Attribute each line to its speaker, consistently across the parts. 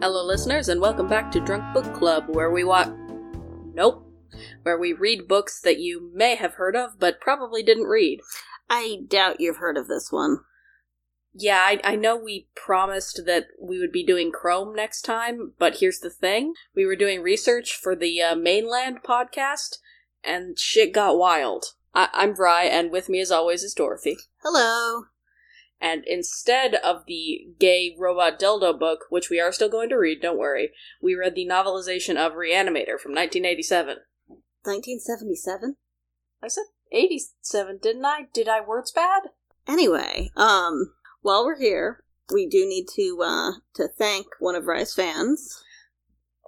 Speaker 1: Hello, listeners, and welcome back to Drunk Book Club, where we watch. Nope. Where we read books that you may have heard of, but probably didn't read.
Speaker 2: I doubt you've heard of this one.
Speaker 1: Yeah, I, I know we promised that we would be doing Chrome next time, but here's the thing. We were doing research for the uh, Mainland podcast, and shit got wild. I- I'm Vry, and with me, as always, is Dorothy.
Speaker 2: Hello.
Speaker 1: And instead of the gay robot dildo book, which we are still going to read, don't worry, we read the novelization of Reanimator from 1987.
Speaker 2: 1977.
Speaker 1: I said 87, didn't I? Did I words bad?
Speaker 2: Anyway, um, while we're here, we do need to uh to thank one of Rice fans.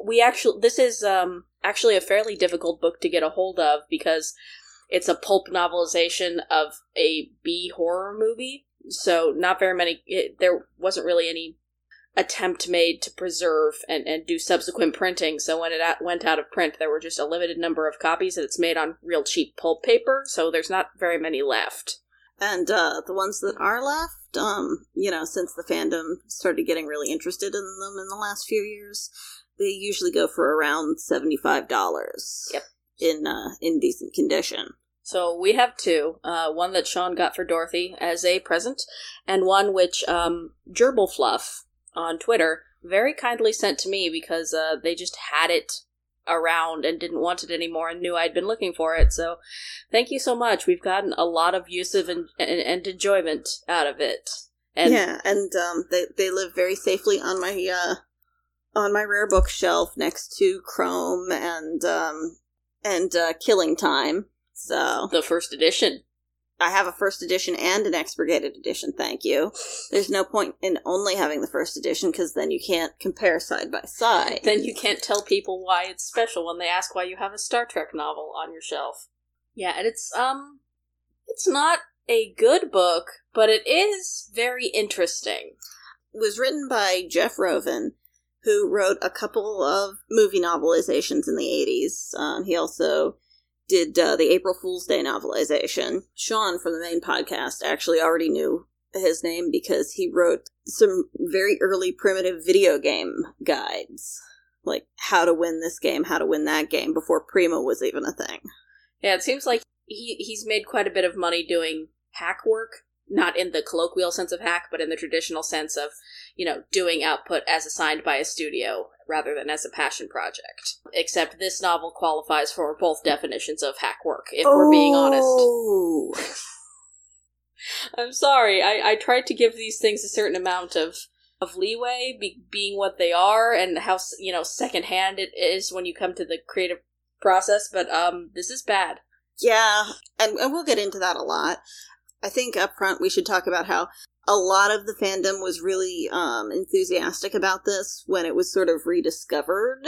Speaker 1: We actually, this is um, actually a fairly difficult book to get a hold of because it's a pulp novelization of a B horror movie. So not very many. It, there wasn't really any attempt made to preserve and, and do subsequent printing. So when it out, went out of print, there were just a limited number of copies, and it's made on real cheap pulp paper. So there's not very many left.
Speaker 2: And uh the ones that are left, um, you know, since the fandom started getting really interested in them in the last few years, they usually go for around $75.
Speaker 1: Yep.
Speaker 2: In uh in decent condition.
Speaker 1: So we have two. Uh, one that Sean got for Dorothy as a present, and one which um, Gerbil Fluff on Twitter very kindly sent to me because uh, they just had it around and didn't want it anymore and knew I'd been looking for it. So thank you so much. We've gotten a lot of usage and, and, and enjoyment out of it. And
Speaker 2: yeah, and um, they they live very safely on my uh, on my rare bookshelf next to Chrome and um, and uh, Killing Time. So
Speaker 1: the first edition.
Speaker 2: I have a first edition and an expurgated edition. Thank you. There's no point in only having the first edition because then you can't compare side by side.
Speaker 1: Then you can't tell people why it's special when they ask why you have a Star Trek novel on your shelf. Yeah, and it's um it's not a good book, but it is very interesting.
Speaker 2: It was written by Jeff Roven, who wrote a couple of movie novelizations in the 80s. Um, he also did uh, the April Fool's Day novelization. Sean from the main podcast actually already knew his name because he wrote some very early primitive video game guides, like how to win this game, how to win that game, before Prima was even a thing.
Speaker 1: Yeah, it seems like he he's made quite a bit of money doing hack work, not in the colloquial sense of hack, but in the traditional sense of, you know, doing output as assigned by a studio rather than as a passion project. Except this novel qualifies for both definitions of hack work, if we're being
Speaker 2: Oh,
Speaker 1: honest.
Speaker 2: honest.
Speaker 1: I'm sorry. I, I tried to give these things a certain amount of of leeway, be, being what they are, and how s- you know secondhand it is when you come to the creative process. But um, this is bad.
Speaker 2: Yeah, and, and we'll get into that a lot. I think up front we should talk about how a lot of the fandom was really um, enthusiastic about this when it was sort of rediscovered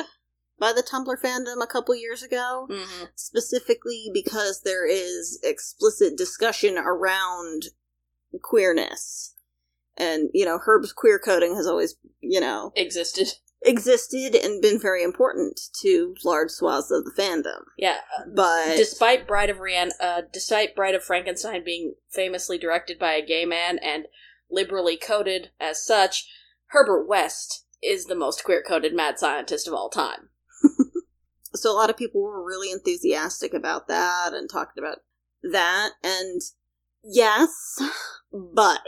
Speaker 2: by the Tumblr fandom a couple years ago,
Speaker 1: Mm-hmm.
Speaker 2: specifically because there is explicit discussion around queerness. And, you know, Herb's queer coding has always, you know,
Speaker 1: Existed.
Speaker 2: existed and been very important to large swaths of the fandom.
Speaker 1: Yeah.
Speaker 2: But
Speaker 1: Despite Bride of Rian- uh, despite Bride of Frankenstein being famously directed by a gay man and liberally coded as such, Herbert West is the most queer coded mad scientist of all time.
Speaker 2: so a lot of people were really enthusiastic about that and talking about that and yes but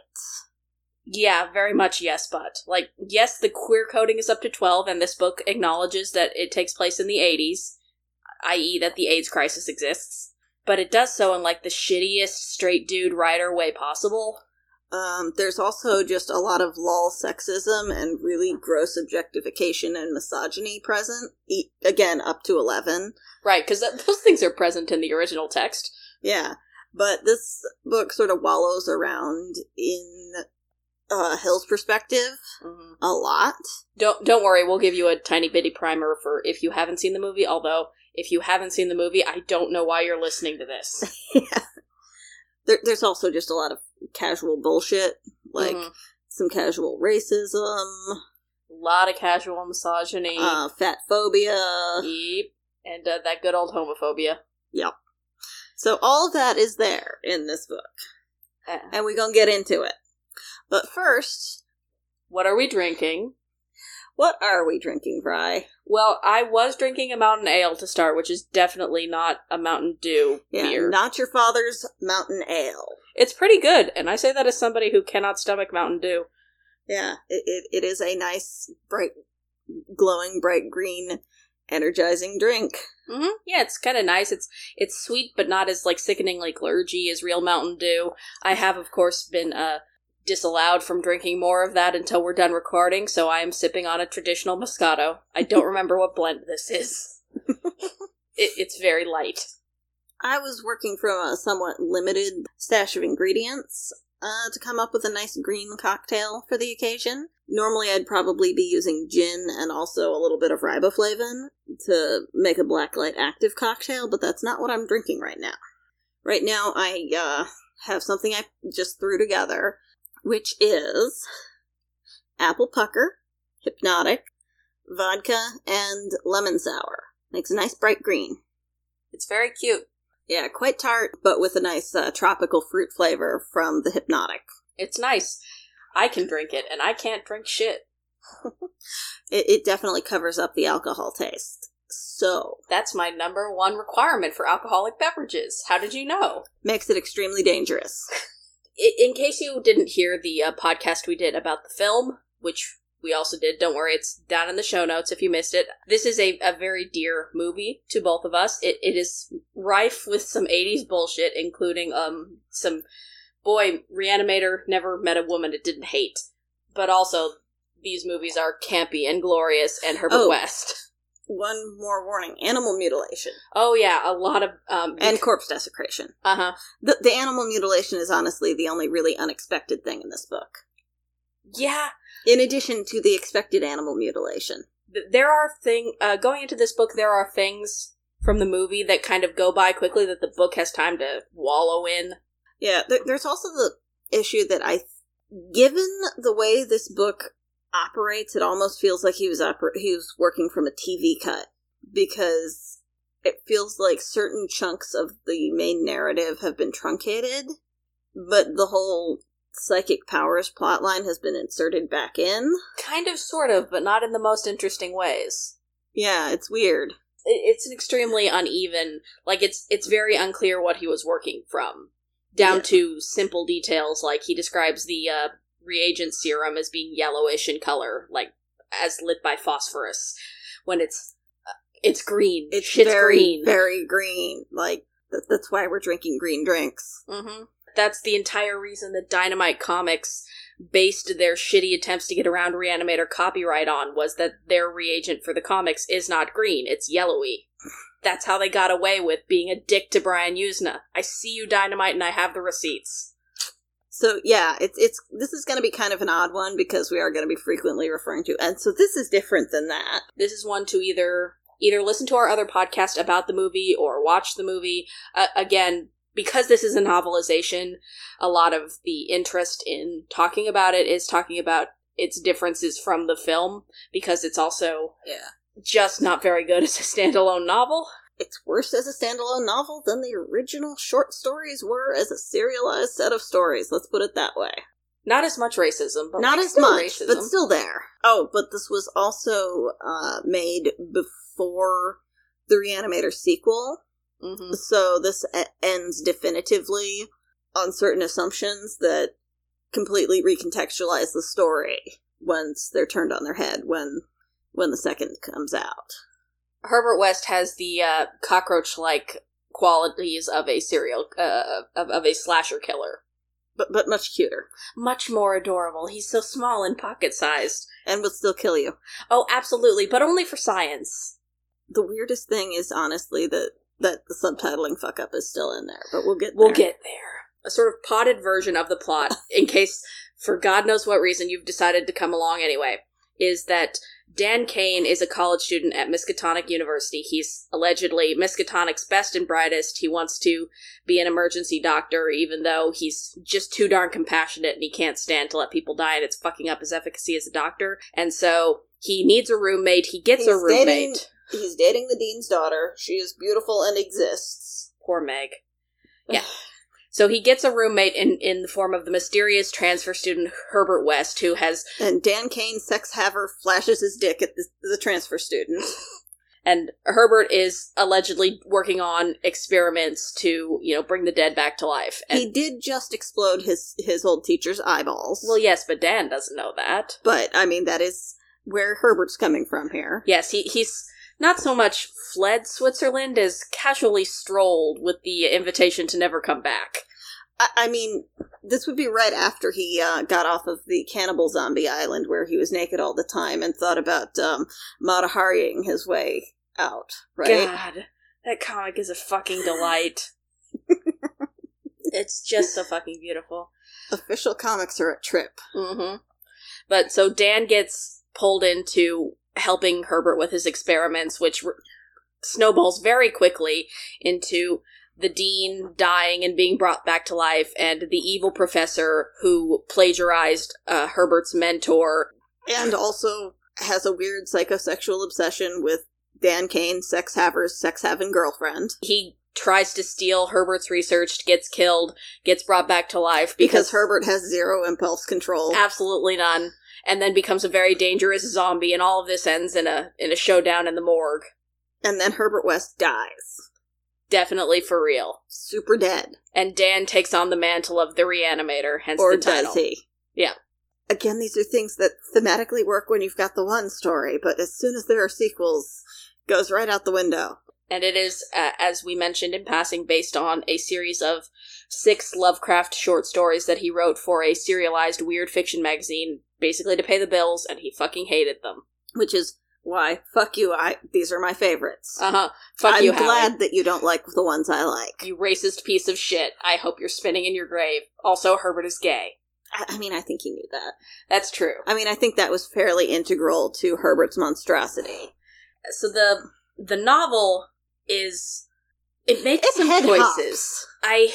Speaker 1: Yeah, very much yes, but. Like, yes, the queer coding is up to 12, and this book acknowledges that it takes place in the 80s, i.e., that the AIDS crisis exists, but it does so in, like, the shittiest straight dude writer way possible.
Speaker 2: um, there's also just a lot of lol sexism and really gross objectification and misogyny present e- again up to 11
Speaker 1: Right, because those things are present in the original text.
Speaker 2: yeah but this book sort of wallows around in uh, hill's perspective
Speaker 1: Mm-hmm.
Speaker 2: a lot
Speaker 1: Don't don't worry, we'll give you a tiny bitty primer for if you haven't seen the movie, although if you haven't seen the movie, I don't know why you're listening to this.
Speaker 2: there, there's also just a lot of casual bullshit like
Speaker 1: Mhm.
Speaker 2: some casual racism,
Speaker 1: lot of casual misogyny.
Speaker 2: uh, fat phobia.
Speaker 1: Yep. And uh, that good old homophobia.
Speaker 2: So all of that is there in this book,
Speaker 1: Uh,
Speaker 2: and we're gonna get into it. But first,
Speaker 1: what are we drinking?
Speaker 2: What are we drinking, Fry?
Speaker 1: Well, I was drinking a mountain ale to start, which is definitely not a Mountain Dew
Speaker 2: Yeah,
Speaker 1: beer.
Speaker 2: not your father's mountain ale.
Speaker 1: it's pretty good, and I say that as somebody who cannot stomach Mountain Dew.
Speaker 2: Yeah, it, it, it is a nice, bright, glowing, bright green, energizing drink.
Speaker 1: hmm Yeah, it's kind of nice. It's it's sweet, but not as like sickeningly clergy as real Mountain Dew. I have, of course, been uh, disallowed from drinking more of that until we're done recording, so I am sipping on a traditional Moscato. I don't remember what blend this is. it, it's very light.
Speaker 2: I was working from a somewhat limited stash of ingredients uh, to come up with a nice green cocktail for the occasion. Normally, I'd probably be using gin and also a little bit of riboflavin to make a blacklight active cocktail, but that's not what I'm drinking right now. Right now, I uh, have something I just threw together, which is apple pucker, hypnotic, vodka, and lemon sour. Makes a nice bright green.
Speaker 1: It's very cute.
Speaker 2: Yeah, quite tart, but with a nice uh, tropical fruit flavor from the hypnotic.
Speaker 1: It's nice. I can drink it, and I can't drink shit.
Speaker 2: It, it definitely covers up the alcohol taste. So,
Speaker 1: That's my number one requirement for alcoholic beverages. How did you know?
Speaker 2: makes it extremely dangerous.
Speaker 1: I- in case you didn't hear the uh, podcast we did about the film, which we also did, don't worry, it's down in the show notes if you missed it. This is a, a very dear movie to both of us. It, it is rife with some 80s bullshit, including um some boy, Reanimator never met a woman it didn't hate. But also, these movies are campy and glorious and Herbert
Speaker 2: Oh.
Speaker 1: West.
Speaker 2: One more warning animal mutilation
Speaker 1: Oh, yeah, a lot of. Um,
Speaker 2: and corpse desecration.
Speaker 1: uh huh.
Speaker 2: The, the animal mutilation is honestly the only really unexpected thing in this book,
Speaker 1: Yeah,
Speaker 2: in addition to the expected animal mutilation.
Speaker 1: th- there are thing uh, going into this book there are things from the movie that kind of go by quickly that the book has time to wallow in
Speaker 2: Yeah, there, there's also the issue that I, given the way this book operates, it almost feels like he was oper- he was working from a TV cut because it feels like certain chunks of the main narrative have been truncated, but the whole psychic powers plotline has been inserted back in.
Speaker 1: kind of sort of but not in the most interesting ways
Speaker 2: Yeah, it's weird.
Speaker 1: I- it's an extremely uneven like it's it's very unclear what he was working from down
Speaker 2: Yeah.
Speaker 1: to simple details like he describes the uh, reagent serum as being yellowish in color like as lit by phosphorus when it's uh, it's green
Speaker 2: It's
Speaker 1: shit's
Speaker 2: very
Speaker 1: green
Speaker 2: very green. Like th- that's why we're drinking green drinks.
Speaker 1: hmm That's the entire reason that Dynamite Comics based their shitty attempts to get around Reanimator copyright on was that their reagent for the comics is not green, it's yellowy. That's how they got away with being a dick to Brian Usna. I see you, Dynamite, and I have the receipts.
Speaker 2: So yeah, it's it's this is going to be kind of an odd one because we are going to be frequently referring to, and so this is different than that.
Speaker 1: This is one to either either listen to our other podcast about the movie or watch the movie. Uh, again, because this is a novelization, a lot of the interest in talking about it is talking about its differences from the film because it's also
Speaker 2: Yeah,
Speaker 1: just not very good as a standalone novel.
Speaker 2: it's worse as a standalone novel than the original short stories were as a serialized set of stories. Let's put it that way.
Speaker 1: Not as much racism, but
Speaker 2: Not
Speaker 1: like,
Speaker 2: as
Speaker 1: still
Speaker 2: much,
Speaker 1: racism.
Speaker 2: but still there. Oh, but this was also uh, made before the Reanimator sequel,
Speaker 1: Mhm.
Speaker 2: so this e- ends definitively on certain assumptions that completely recontextualize the story once they're turned on their head when when the second comes out
Speaker 1: Herbert West has the uh, cockroach-like qualities of a serial uh, of, of a slasher killer.
Speaker 2: but but much cuter
Speaker 1: Much more adorable. He's so small and pocket-sized.
Speaker 2: and would still kill you
Speaker 1: Oh, absolutely, but only for science.
Speaker 2: the weirdest thing is honestly that that the subtitling fuck up is still in there but we'll get
Speaker 1: We'll
Speaker 2: there.
Speaker 1: get there. A sort of potted version of the plot, in case, for God knows what reason, you've decided to come along anyway, is that Dan Kane is a college student at Miskatonic University. He's allegedly Miskatonic's best and brightest. He wants to be an emergency doctor, even though he's just too darn compassionate and he can't stand to let people die, and it's fucking up his efficacy as a doctor. And so he needs a roommate. He gets a
Speaker 2: He's dating-
Speaker 1: roommate.
Speaker 2: he's dating the dean's daughter she is beautiful and exists
Speaker 1: Poor Meg. Yeah. So he gets a roommate in, in the form of the mysterious transfer student Herbert West, who has
Speaker 2: And Dan Kane, sex haver, flashes his dick at the, the transfer student.
Speaker 1: and Herbert is allegedly working on experiments to you know bring the dead back to life. And
Speaker 2: he did just explode his his old teacher's eyeballs.
Speaker 1: well, yes, but Dan doesn't know that.
Speaker 2: but I mean that is where Herbert's coming from here.
Speaker 1: Yes, he he's not so much fled Switzerland as casually strolled with the invitation to never come back.
Speaker 2: I, I mean, this would be right after he uh, got off of the cannibal zombie island where he was naked all the time and thought about um, Matahariing his way out, right?
Speaker 1: God, that comic is a fucking delight. it's just so fucking beautiful.
Speaker 2: Official comics are a trip.
Speaker 1: hmm But so Dan gets pulled into helping Herbert with his experiments, which r snowballs very quickly into the dean dying and being brought back to life, and the evil professor who plagiarized uh, Herbert's mentor.
Speaker 2: And also has a weird psychosexual obsession with Dan Kane, sex haver's sex having girlfriend.
Speaker 1: He tries to steal Herbert's research, gets killed, gets brought back to life
Speaker 2: Because, Herbert has zero impulse control.
Speaker 1: absolutely none and then becomes a very dangerous zombie and all of this ends in a in a showdown in the morgue
Speaker 2: and then Herbert West dies.
Speaker 1: definitely for real
Speaker 2: Super dead.
Speaker 1: and dan takes on the mantle of the reanimator hence
Speaker 2: or
Speaker 1: the title
Speaker 2: does he?
Speaker 1: Yeah.
Speaker 2: Again, these are things that thematically work when you've got the one story, but as soon as there are sequels, goes right out the window.
Speaker 1: and it is uh, as we mentioned in passing based on a series of six lovecraft short stories that he wrote for a serialized weird fiction magazine basically to pay the bills and he fucking hated them
Speaker 2: Which is why fuck you. I these are my favorites.
Speaker 1: uh-huh fuck
Speaker 2: I'm
Speaker 1: you
Speaker 2: glad
Speaker 1: Howie.
Speaker 2: that you don't like the ones I like.
Speaker 1: you racist piece of shit i hope you're spinning in your grave also herbert is gay
Speaker 2: I, I mean, I think he knew that.
Speaker 1: that's true
Speaker 2: I mean, I think that was fairly integral to Herbert's monstrosity.
Speaker 1: so the the novel is it makes
Speaker 2: It's
Speaker 1: some
Speaker 2: head
Speaker 1: choices.
Speaker 2: hops.
Speaker 1: I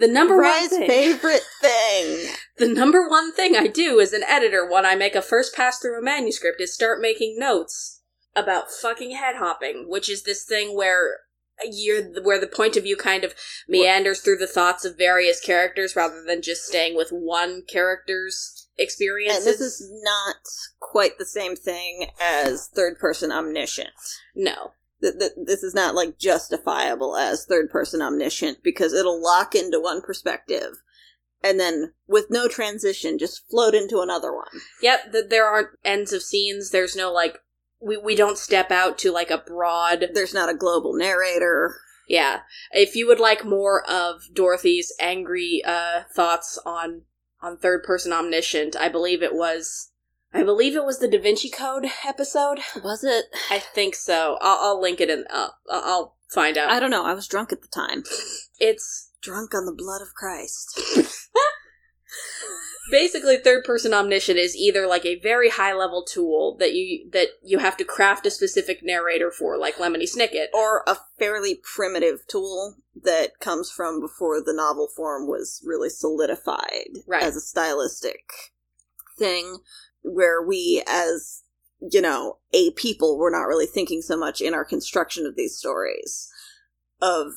Speaker 1: the number
Speaker 2: Bry's
Speaker 1: one thing,
Speaker 2: favorite thing.
Speaker 1: the number one thing I do as an editor when I make a first pass through a manuscript is start making notes about fucking head hopping, which is this thing where you're where the point of view kind of meanders through the thoughts of various characters rather than just staying with one character's experiences.
Speaker 2: And this is not quite the same thing as third person omniscient.
Speaker 1: no.
Speaker 2: Th- th- this is not like justifiable as third person omniscient because it'll lock into one perspective and then with no transition just float into another one.
Speaker 1: Yep, that there aren't ends of scenes. There's no like we we don't step out to like a broad
Speaker 2: There's not a global narrator.
Speaker 1: yeah. If you would like more of Dorothy's angry uh thoughts on on third person omniscient, I believe it was I believe it was the Da Vinci Code episode.
Speaker 2: Was it?
Speaker 1: I think so. I'll, I'll link it in. Uh, I'll find out.
Speaker 2: I don't know. I was drunk at the time.
Speaker 1: it's
Speaker 2: Drunk on the blood of Christ.
Speaker 1: basically third person omniscient is either like a very high level tool that you that you have to craft a specific narrator for, like Lemony Snicket,
Speaker 2: Or a fairly primitive tool that comes from before the novel form was really solidified
Speaker 1: Right.
Speaker 2: as a stylistic thing where we as you know a people were not really thinking so much in our construction of these stories of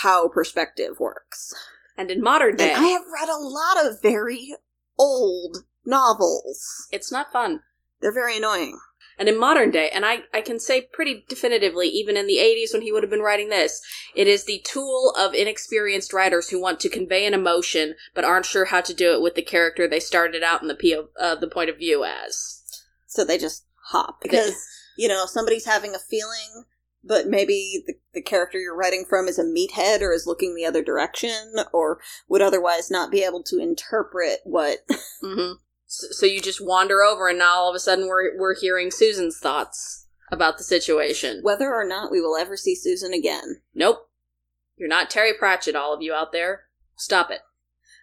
Speaker 2: how perspective works
Speaker 1: and in modern day,
Speaker 2: and i have read a lot of very old novels
Speaker 1: It's not fun.
Speaker 2: they're very annoying
Speaker 1: And in modern day, and I, I can say pretty definitively, even in the 80s when he would have been writing this, it is the tool of inexperienced writers who want to convey an emotion but aren't sure how to do it with the character they started out in the, PO, uh, the point of view as.
Speaker 2: so they just hop because you know somebody's having a feeling but maybe the, the character you're writing from is a meathead or is looking the other direction or would otherwise not be able to interpret what
Speaker 1: hmm So, so you just wander over, and now all of a sudden we're, we're hearing Susan's thoughts about the situation.
Speaker 2: whether or not we will ever see susan again
Speaker 1: nope. You're not Terry Pratchett, all of you out there. Stop it.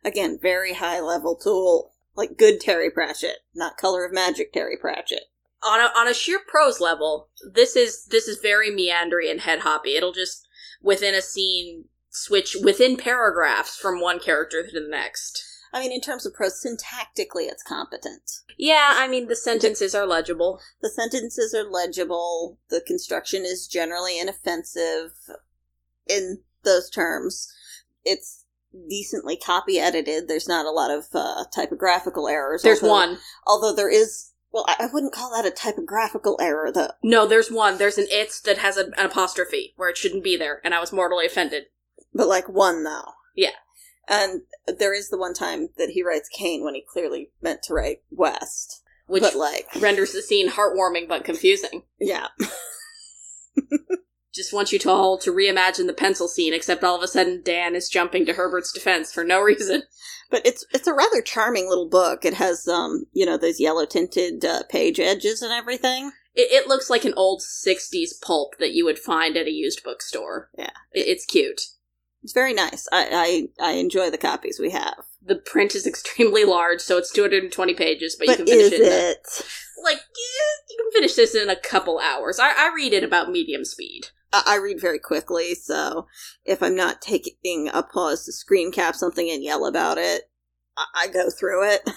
Speaker 2: again very high level tool like good terry pratchett not color of magic terry pratchett
Speaker 1: on a, on a sheer prose level, this is this is very meandering and head hoppy. It'll just within a scene switch within paragraphs from one character to the next.
Speaker 2: i mean in terms of prose syntactically it's competent
Speaker 1: Yeah, I mean the sentences are legible.
Speaker 2: the sentences are legible the construction is generally inoffensive in those terms it's decently copy edited. There's not a lot of uh, typographical errors.
Speaker 1: There's
Speaker 2: although-
Speaker 1: one.
Speaker 2: Although there is, well, I I wouldn't call that a typographical error, though.
Speaker 1: No, there's one. There's an it's that has an, an apostrophe where it shouldn't be there, and I was mortally offended.
Speaker 2: But like one, though.
Speaker 1: Yeah.
Speaker 2: And there is the one time that he writes Kane when he clearly meant to write West.
Speaker 1: Which
Speaker 2: but like,
Speaker 1: renders the scene heartwarming but confusing.
Speaker 2: yeah.
Speaker 1: Just wants you to all to reimagine the pencil scene, except all of a sudden Dan is jumping to Herbert's defense for no reason.
Speaker 2: But it's it's a rather charming little book. It has um you know those yellow tinted uh, page edges and everything.
Speaker 1: It, it looks like an old 60s pulp that you would find at a used bookstore.
Speaker 2: Yeah.
Speaker 1: It, it's cute.
Speaker 2: It's very nice. I I, I enjoy the copies we have.
Speaker 1: The print is extremely large, so it's 220 pages, but,
Speaker 2: But,
Speaker 1: you can
Speaker 2: is
Speaker 1: finish it. in a-
Speaker 2: it?
Speaker 1: like, yeah, you can finish this in a couple hours. I, I read it about medium speed.
Speaker 2: I I read very quickly, so if I'm not taking a pause to screen cap something and yell about it, I, I go through it.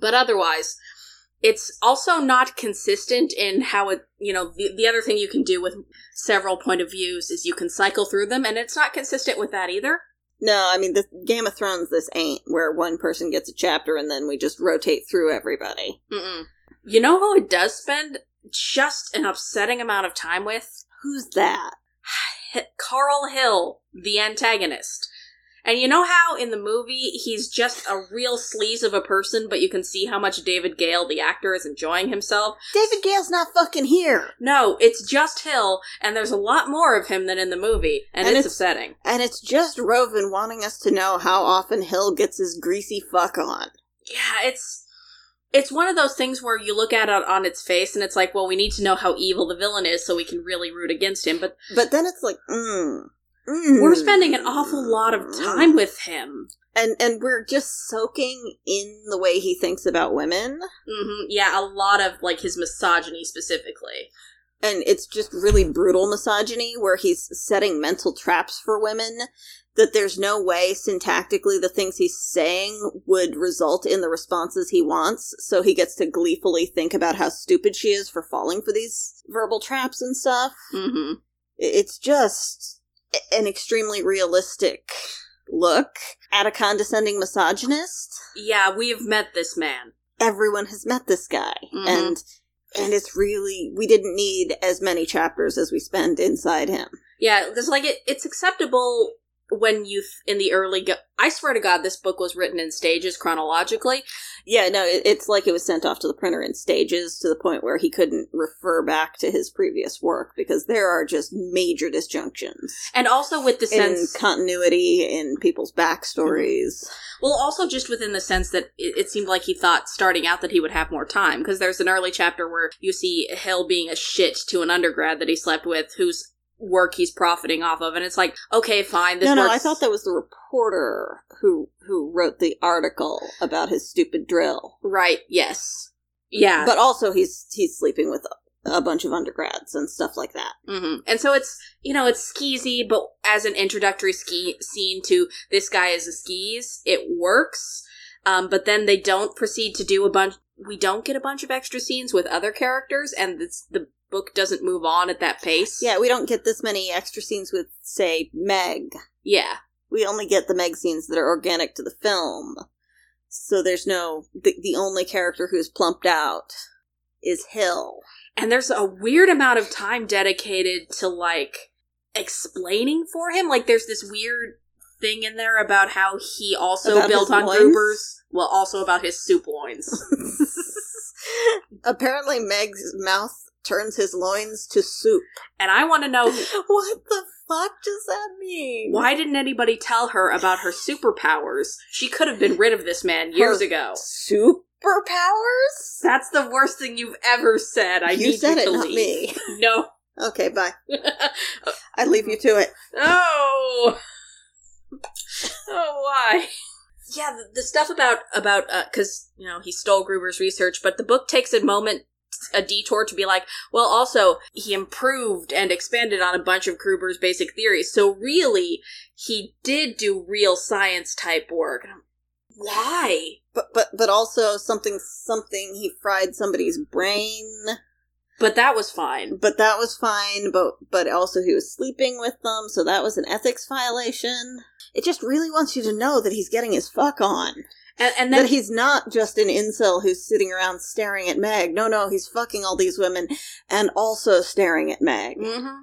Speaker 1: but otherwise it's also not consistent in how it you know the, the other thing you can do with several point of views is you can cycle through them and it's not consistent with that either
Speaker 2: No, I mean the Game of Thrones. This ain't where one person gets a chapter and then we just rotate through everybody.
Speaker 1: Mm-mm. you know who it does spend just an upsetting amount of time with
Speaker 2: Who's that?
Speaker 1: H- carl hill the antagonist and you know how in the movie he's just a real sleaze of a person but you can see how much david gale the actor is enjoying himself
Speaker 2: David Gale's not fucking here,
Speaker 1: no it's just hill and there's a lot more of him than in the movie and,
Speaker 2: And
Speaker 1: it's
Speaker 2: it's-
Speaker 1: upsetting
Speaker 2: and it's just Roven wanting us to know how often Hill gets his greasy fuck on.
Speaker 1: yeah, it's it's one of those things where you look at it on its face and it's like, well, we need to know how evil the villain is so we can really root against him. But
Speaker 2: But then it's like, mm, mm,
Speaker 1: we're spending an awful lot of time with him.
Speaker 2: and and we're just soaking in the way he thinks about women.
Speaker 1: hmm Yeah, a lot of like his misogyny specifically.
Speaker 2: and it's just really brutal misogyny where he's setting mental traps for women that there's no way syntactically the things he's saying would result in the responses he wants so he gets to gleefully think about how stupid she is for falling for these verbal traps and stuff
Speaker 1: hmm
Speaker 2: I- it's just a- an extremely realistic look at a condescending misogynist
Speaker 1: Yeah, we have met this man.
Speaker 2: everyone has met this guy
Speaker 1: Mhm.
Speaker 2: and and it's really we didn't need as many chapters as we spend inside him
Speaker 1: Yeah, because like it, it's acceptable when you th- in the early. Go- I swear to God, this book was written in stages chronologically.
Speaker 2: yeah no it, it's like it was sent off to the printer in stages to the point where he couldn't refer back to his previous work because there are just major disjunctions
Speaker 1: And also with the
Speaker 2: in
Speaker 1: sense
Speaker 2: continuity in people's backstories
Speaker 1: Well, also just within the sense that it, it seemed like he thought starting out that he would have more time because there's an early chapter where you see Hill being a shit to an undergrad that he slept with, whose work he's profiting off of, and it's like, okay, fine. This
Speaker 2: no no
Speaker 1: works-
Speaker 2: i thought that was the reporter who who wrote the article about his stupid drill
Speaker 1: right. Yes. Yeah.
Speaker 2: but also he's he's sleeping with a, a bunch of undergrads and stuff like that
Speaker 1: hmm And so it's you know it's skeezy, but as an introductory ski scene to this guy is a skis, it works. Um, but then they don't proceed to do a bunch. We don't get a bunch of extra scenes with other characters, and it's, the book doesn't move on at that pace.
Speaker 2: Yeah, we don't get this many extra scenes with, say, Meg.
Speaker 1: yeah,
Speaker 2: We only get the Meg scenes that are organic to the film. So there's no. The, the only character who's plumped out is Hill.
Speaker 1: and there's a weird amount of time dedicated to like explaining for him. Like there's this weird thing in there about how he also
Speaker 2: About
Speaker 1: built
Speaker 2: his
Speaker 1: on
Speaker 2: loins?
Speaker 1: Gruber's, well, also about his soup loins.
Speaker 2: Apparently, Meg's mouth turns his loins to soup.
Speaker 1: and I want to know
Speaker 2: What the fuck does that mean?
Speaker 1: Why didn't anybody tell her about her superpowers? She could have been rid of this man years
Speaker 2: Her-
Speaker 1: ago.
Speaker 2: Superpowers?
Speaker 1: That's the worst thing you've ever said. I
Speaker 2: you
Speaker 1: need
Speaker 2: said
Speaker 1: you to
Speaker 2: it, not
Speaker 1: leave.
Speaker 2: me.
Speaker 1: No.
Speaker 2: Okay, bye. I leave you to it.
Speaker 1: oh. Oh, why? Yeah, the, the stuff about about because you know he stole Gruber's research, but the book takes a moment, a detour to be like, well, also he improved and expanded on a bunch of Gruber's basic theories. So really, he did do real science type work. And I'm- Why?
Speaker 2: but but but also something something he fried somebody's brain
Speaker 1: But that was fine.
Speaker 2: But that was fine. But but also he was sleeping with them, so that was an ethics violation. It just really wants you to know that he's getting his fuck on.
Speaker 1: And, and
Speaker 2: that
Speaker 1: then
Speaker 2: he's not just an incel who's sitting around staring at Meg. No, no, he's fucking all these women and also staring at Meg.
Speaker 1: Mhm.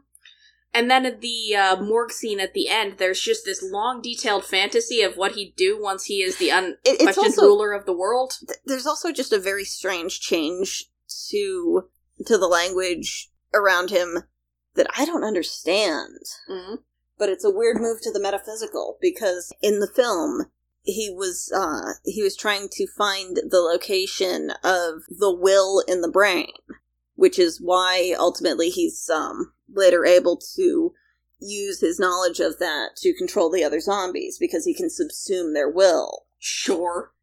Speaker 1: And then at the uh, morgue scene at the end, there's just this long, detailed fantasy of what he'd do once he is the
Speaker 2: It, it's
Speaker 1: unquestioned
Speaker 2: also
Speaker 1: ruler of the world.
Speaker 2: th- there's also just a very strange change to to the language around him that I don't understand.
Speaker 1: Mhm.
Speaker 2: But it's a weird move to the metaphysical because in the film he was uh he was trying to find the location of the will in the brain, which is why ultimately he's um later able to use his knowledge of that to control the other zombies because he can subsume their will.
Speaker 1: Sure.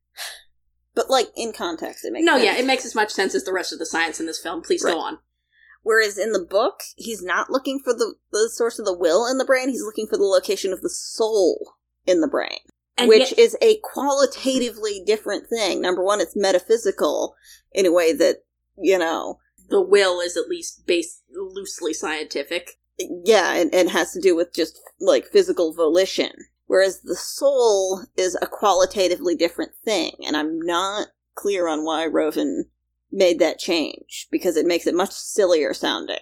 Speaker 2: But like in context it makes
Speaker 1: No,
Speaker 2: sense.
Speaker 1: yeah, it makes as much sense as the rest of the science in this film. Please
Speaker 2: Right.
Speaker 1: go on.
Speaker 2: Whereas in the book, he's not looking for the, the source of the will in the brain, he's looking for the location of the soul in the brain,
Speaker 1: And
Speaker 2: which
Speaker 1: yet-
Speaker 2: is a qualitatively different thing. Number one, it's metaphysical in a way that, you know,
Speaker 1: the will is at least based loosely scientific.
Speaker 2: yeah, and, and has to do with just like physical volition. Whereas the soul is a qualitatively different thing, and I'm not clear on why Roven made that change because it makes it much sillier sounding.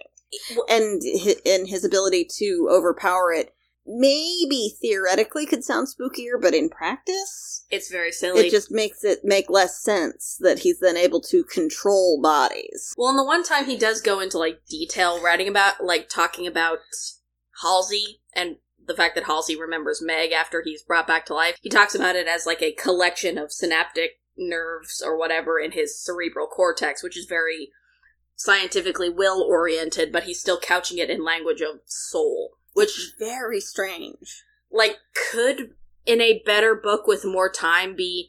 Speaker 1: Well,
Speaker 2: and hi- and his ability to overpower it maybe theoretically could sound spookier, but in practice,
Speaker 1: It's very silly.
Speaker 2: it just makes it make less sense that he's then able to control bodies.
Speaker 1: well, and the one time he does go into like detail writing about, like talking about Halsey and the fact that Halsey remembers Meg after he's brought back to life, he talks about it as like a collection of synaptic nerves or whatever in his cerebral cortex, which is very scientifically will oriented, but he's still couching it in language of soul, which
Speaker 2: Very strange.
Speaker 1: like could in a better book with more time be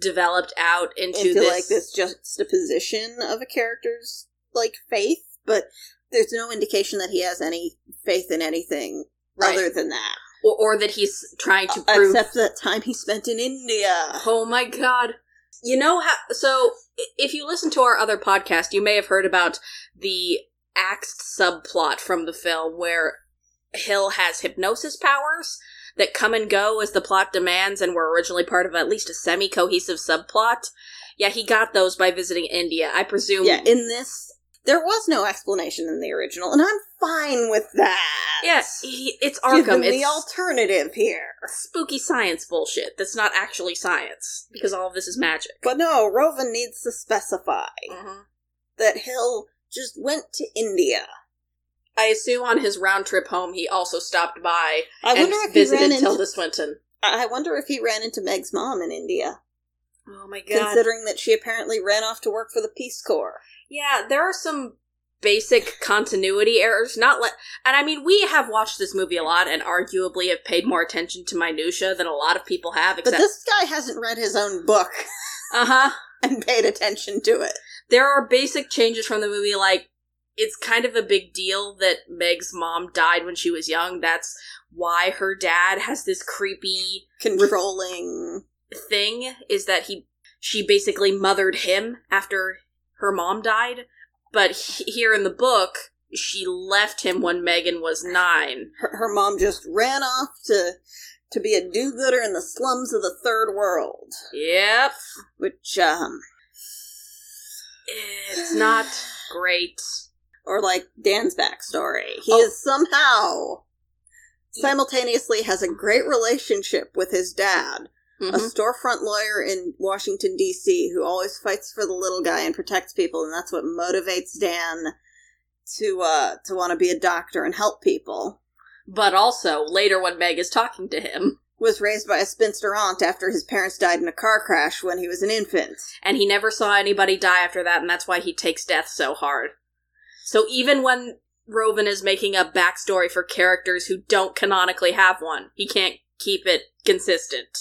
Speaker 1: developed out into,
Speaker 2: Into like this juxtaposition of a character's like faith, but there's no indication that he has any faith in anything
Speaker 1: Right.
Speaker 2: other than that,
Speaker 1: or, or that he's trying to prove
Speaker 2: except that time he spent in India.
Speaker 1: oh my god you know how so i- if you listen to our other podcast you may have heard about the axed subplot from the film where hill has hypnosis powers that come and go as the plot demands and were originally part of at least a semi-cohesive subplot yeah he got those by visiting india i presume
Speaker 2: Yeah, in this, there was no explanation in the original, and I'm fine with that.
Speaker 1: Yes, he, it's
Speaker 2: Give them
Speaker 1: Arkham. It's
Speaker 2: the alternative here.
Speaker 1: spooky science bullshit that's not actually science because all of this is magic.
Speaker 2: But no, Roven needs to specify
Speaker 1: hmm
Speaker 2: that Hill just went to India.
Speaker 1: I assume on his round trip home, he also stopped by
Speaker 2: I
Speaker 1: and
Speaker 2: wonder if he ran
Speaker 1: visited
Speaker 2: into.
Speaker 1: Tilda Swinton.
Speaker 2: I wonder if he ran into Meg's mom in India,
Speaker 1: Oh my god!
Speaker 2: considering that she apparently ran off to work for the Peace Corps.
Speaker 1: yeah, there are some basic continuity errors. Not like, and I mean, we have watched this movie a lot, and arguably have paid more attention to minutia than a lot of people have.
Speaker 2: But
Speaker 1: Except,
Speaker 2: this guy hasn't read his own book
Speaker 1: uh huh.
Speaker 2: and paid attention to it.
Speaker 1: there are basic changes from the movie like it's kind of a big deal that Meg's mom died when she was young. That's why her dad has this creepy
Speaker 2: Controlling.
Speaker 1: thing is that he she basically mothered him after her mom died, but he, here in the book she left him when Megan was 9.
Speaker 2: her, her mom just ran off to to be a do-gooder in the slums of the third world
Speaker 1: Yep.
Speaker 2: which um
Speaker 1: It's not great.
Speaker 2: or like dan's backstory he
Speaker 1: Oh.
Speaker 2: is somehow simultaneously has a great relationship with his dad a
Speaker 1: Mhm.
Speaker 2: storefront lawyer in washington d.c who always fights for the little guy and protects people and that's what motivates dan to uh to want to be a doctor and help people
Speaker 1: But also later when Meg is talking to him
Speaker 2: was raised by a spinster aunt after his parents died in a car crash when he was an infant
Speaker 1: and he never saw anybody die after that, and that's why he takes death so hard. So even when Roven is making up backstory for characters who don't canonically have one, he can't keep it consistent.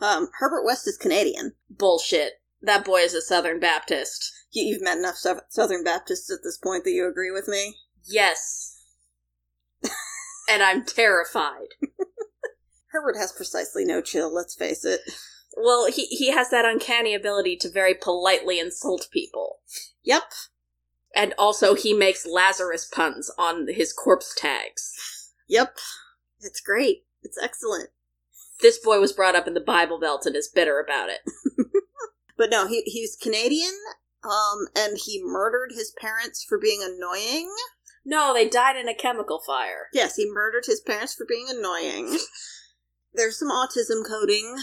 Speaker 2: Um, Herbert West is Canadian.
Speaker 1: Bullshit. That boy is a Southern Baptist.
Speaker 2: You, you've met enough Sou- Southern Baptists at this point that you agree with me.
Speaker 1: Yes. and I'm terrified.
Speaker 2: Herbert has precisely no chill, let's face it.
Speaker 1: Well, he, he has that uncanny ability to very politely insult people.
Speaker 2: Yep.
Speaker 1: And also, he makes Lazarus puns on his corpse tags.
Speaker 2: Yep. It's great. It's excellent.
Speaker 1: This boy was brought up in the Bible Belt and is bitter about it.
Speaker 2: But no, he he's Canadian, um, and he murdered his parents for being annoying.
Speaker 1: No, they died in a chemical fire.
Speaker 2: Yes, he murdered his parents for being annoying. There's some autism coding.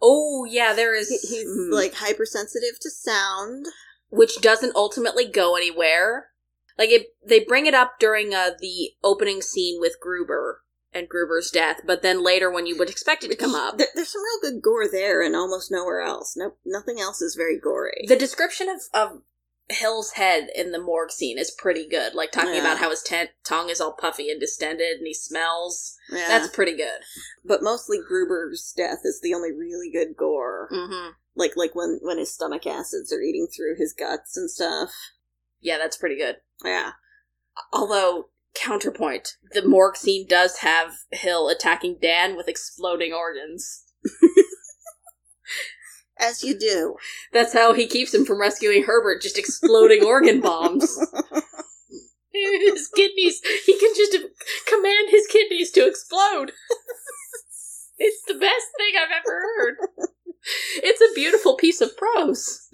Speaker 1: Oh, yeah, there is.
Speaker 2: He- He's
Speaker 1: Mm.
Speaker 2: like hypersensitive to sound.
Speaker 1: which doesn't ultimately go anywhere. Like it, they bring it up during uh, the opening scene with Gruber and Gruber's death, but then later when you would expect it to come up,
Speaker 2: Uh, There, there's some real good gore there, and almost nowhere else. No, nothing else is very gory.
Speaker 1: the description of of Hill's head in the morgue scene is pretty good. Like talking
Speaker 2: Yeah.
Speaker 1: about how his tent, tongue is all puffy and distended, and he smells.
Speaker 2: yeah.
Speaker 1: That's pretty good.
Speaker 2: but mostly Gruber's death is the only really good gore.
Speaker 1: Mm-hmm.
Speaker 2: Like like when when his stomach acids are eating through his guts and stuff.
Speaker 1: Yeah, that's pretty good.
Speaker 2: Yeah,
Speaker 1: Although counterpoint, the morgue scene does have Hill attacking Dan with exploding organs.
Speaker 2: as you do.
Speaker 1: That's how he keeps him from rescuing Herbert, just exploding organ bombs. His kidneys, he can just command his kidneys to explode. It's the best thing I've ever heard. It's a beautiful piece of prose.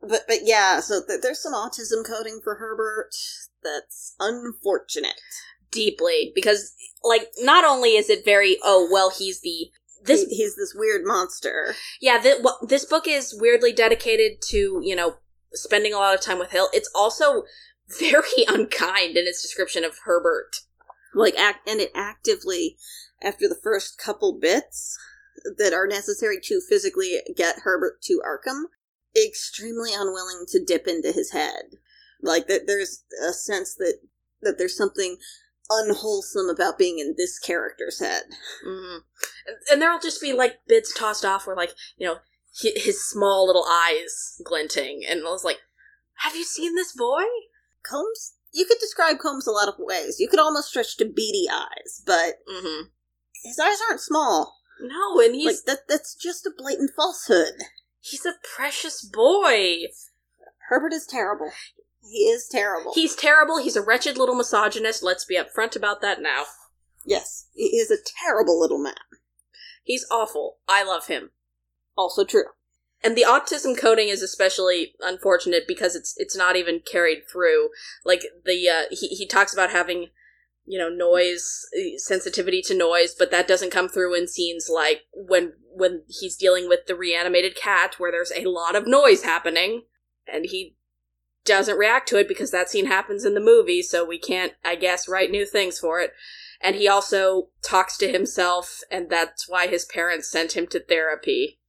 Speaker 2: But but yeah, so th- there's some autism coding for Herbert. That's unfortunate.
Speaker 1: Deeply, because, like, not only is it very, oh, well, he's the. This,
Speaker 2: He- he's this weird monster.
Speaker 1: yeah, thi- wha- this book is weirdly dedicated to, you know, spending a lot of time with Hill. It's also very unkind in its description of Herbert.
Speaker 2: Like act and it actively after the first couple bits that are necessary to physically get Herbert to Arkham, extremely unwilling to dip into his head. Like that there's a sense that that there's something unwholesome about being in this character's head.
Speaker 1: hmm And there'll just be like bits tossed off where like you know hi- his small little eyes glinting, and I was like, "Have you seen this boy?"
Speaker 2: Combs you could describe Combs a lot of ways. You could almost stretch to beady eyes, but
Speaker 1: Mm-hmm.
Speaker 2: his eyes aren't small.
Speaker 1: No, and he's
Speaker 2: like that that's just a blatant falsehood.
Speaker 1: he's a precious boy.
Speaker 2: Herbert is terrible. He is terrible.
Speaker 1: He's terrible. He's a wretched little misogynist. Let's be upfront about that now.
Speaker 2: yes, he is a terrible little man.
Speaker 1: He's awful. I love him.
Speaker 2: Also true.
Speaker 1: and the autism coding is especially unfortunate because it's it's not even carried through like the uh, he he talks about having you know noise eh, sensitivity to noise but that doesn't come through in scenes like when when he's dealing with the reanimated cat where there's a lot of noise happening and he doesn't react to it because that scene happens in the movie so we can't i guess write new things for it and he also talks to himself and that's why his parents sent him to therapy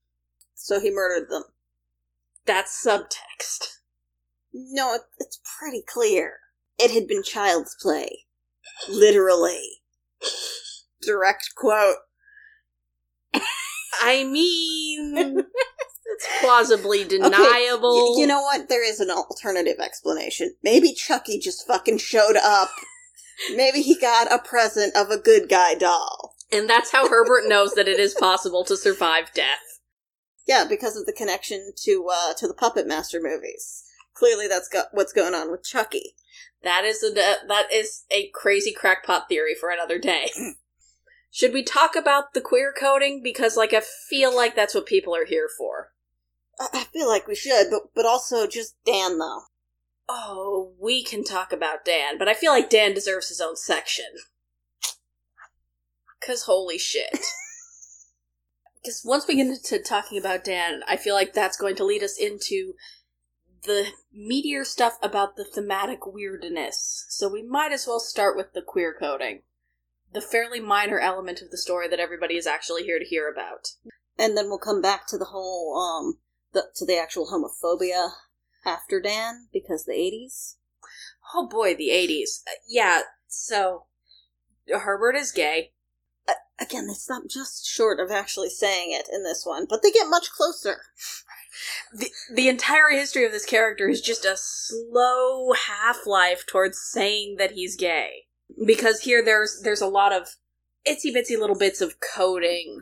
Speaker 2: So he murdered them.
Speaker 1: that's subtext
Speaker 2: No, it, it's pretty clear. It had been child's play. Literally. Direct quote.
Speaker 1: I mean, it's plausibly
Speaker 2: Okay,
Speaker 1: deniable.
Speaker 2: y- you know what? There is an alternative explanation. Maybe Chucky just fucking showed up. Maybe he got a present of a good guy doll.
Speaker 1: and that's how Herbert knows that it is possible to survive death.
Speaker 2: Yeah, because of the connection to uh, to the Puppet Master movies. Clearly, that's got what's going on with Chucky.
Speaker 1: That is a that is a crazy crackpot theory for another day. Should we talk about the queer coding because like I feel like that's what people are here for.
Speaker 2: I I feel like we should, but but also just Dan though.
Speaker 1: Oh, we can talk about Dan, but I feel like Dan deserves his own section. Cause holy shit. Because once we get into talking about Dan, I feel like that's going to lead us into the meteor stuff about the thematic weirdness. So we might as well start with the queer coding. The fairly minor element of the story that everybody is actually here to hear about.
Speaker 2: And then we'll come back to the whole um the, to the actual homophobia after Dan because the 80s.
Speaker 1: Oh boy, the 80s. Uh, yeah, so Herbert is gay.
Speaker 2: Again, they stop just short of actually saying it in this one, but they get much closer.
Speaker 1: the the entire history of this character is just a slow half life towards saying that he's gay because here there's there's a lot of itsy bitsy little bits of coding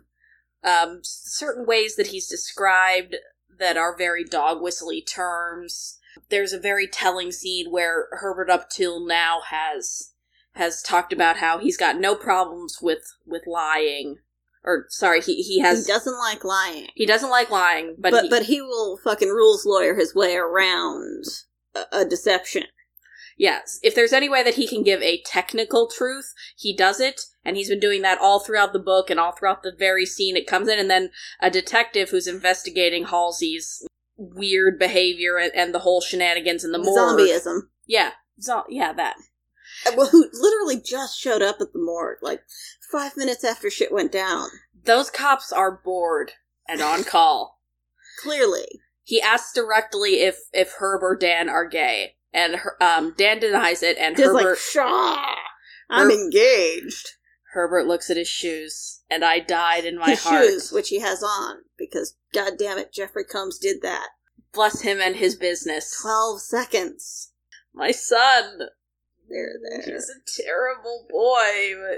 Speaker 1: um s- certain ways that he's described that are very dog whistly terms There's a very telling scene where Herbert up till now has has talked about how he's got no problems with with lying or sorry, he he has
Speaker 2: he doesn't like lying.
Speaker 1: he doesn't like lying, but
Speaker 2: But but
Speaker 1: he-
Speaker 2: he, will fucking rules lawyer his way around a, a deception.
Speaker 1: Yes. If there's any way that he can give a technical truth, he does it. And he's been doing that all throughout the book and all throughout the very scene it comes in. And then a detective who's investigating Halsey's weird behavior and, and the whole shenanigans in the morgue.
Speaker 2: Zombieism.
Speaker 1: Yeah. Zo- yeah, that.
Speaker 2: Uh, Well, who literally just showed up at the morgue like five minutes after shit went down.
Speaker 1: Those cops are bored and on call.
Speaker 2: Clearly,
Speaker 1: He asks directly if, if Herb or Dan are gay. And Her- um, Dan denies it, and
Speaker 2: just
Speaker 1: Herbert
Speaker 2: like Shaw, I'm
Speaker 1: Herb-
Speaker 2: engaged.
Speaker 1: Herbert looks at his shoes, and I died in my
Speaker 2: his
Speaker 1: heart.
Speaker 2: shoes, which he has on, because god damn it, Jeffrey Combs did that.
Speaker 1: Bless him and his business.
Speaker 2: Twelve seconds.
Speaker 1: My son.
Speaker 2: There, there.
Speaker 1: He's a terrible boy.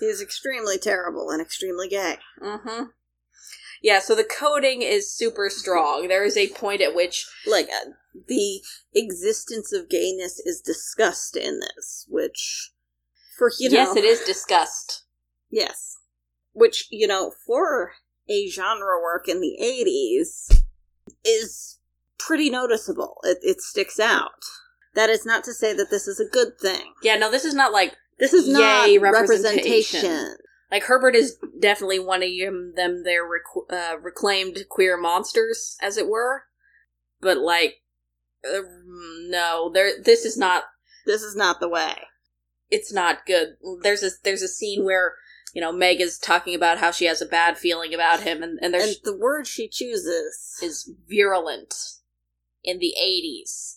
Speaker 2: He's extremely terrible and extremely gay.
Speaker 1: But... Mm-hmm. Yeah, so the coding is super strong. There is a point at which
Speaker 2: Like uh, the existence of gayness is discussed in this, which for you know,
Speaker 1: yes, it is discussed.
Speaker 2: Yes. Which, you know, for a genre work in the 80s is pretty noticeable. It, it sticks out. That is not to say that this is a good thing.
Speaker 1: Yeah, no, this is not like
Speaker 2: This is not
Speaker 1: Yay, representation.
Speaker 2: representation.
Speaker 1: like Herbert is definitely one of them. Them their rec- uh, reclaimed queer monsters, as it were. But like, uh, no, there. This is not
Speaker 2: This is not the way.
Speaker 1: it's not good. There's a there's a scene where you know Meg is talking about how she has a bad feeling about him, and and
Speaker 2: And
Speaker 1: there's
Speaker 2: the word she chooses
Speaker 1: is virulent in the eighties.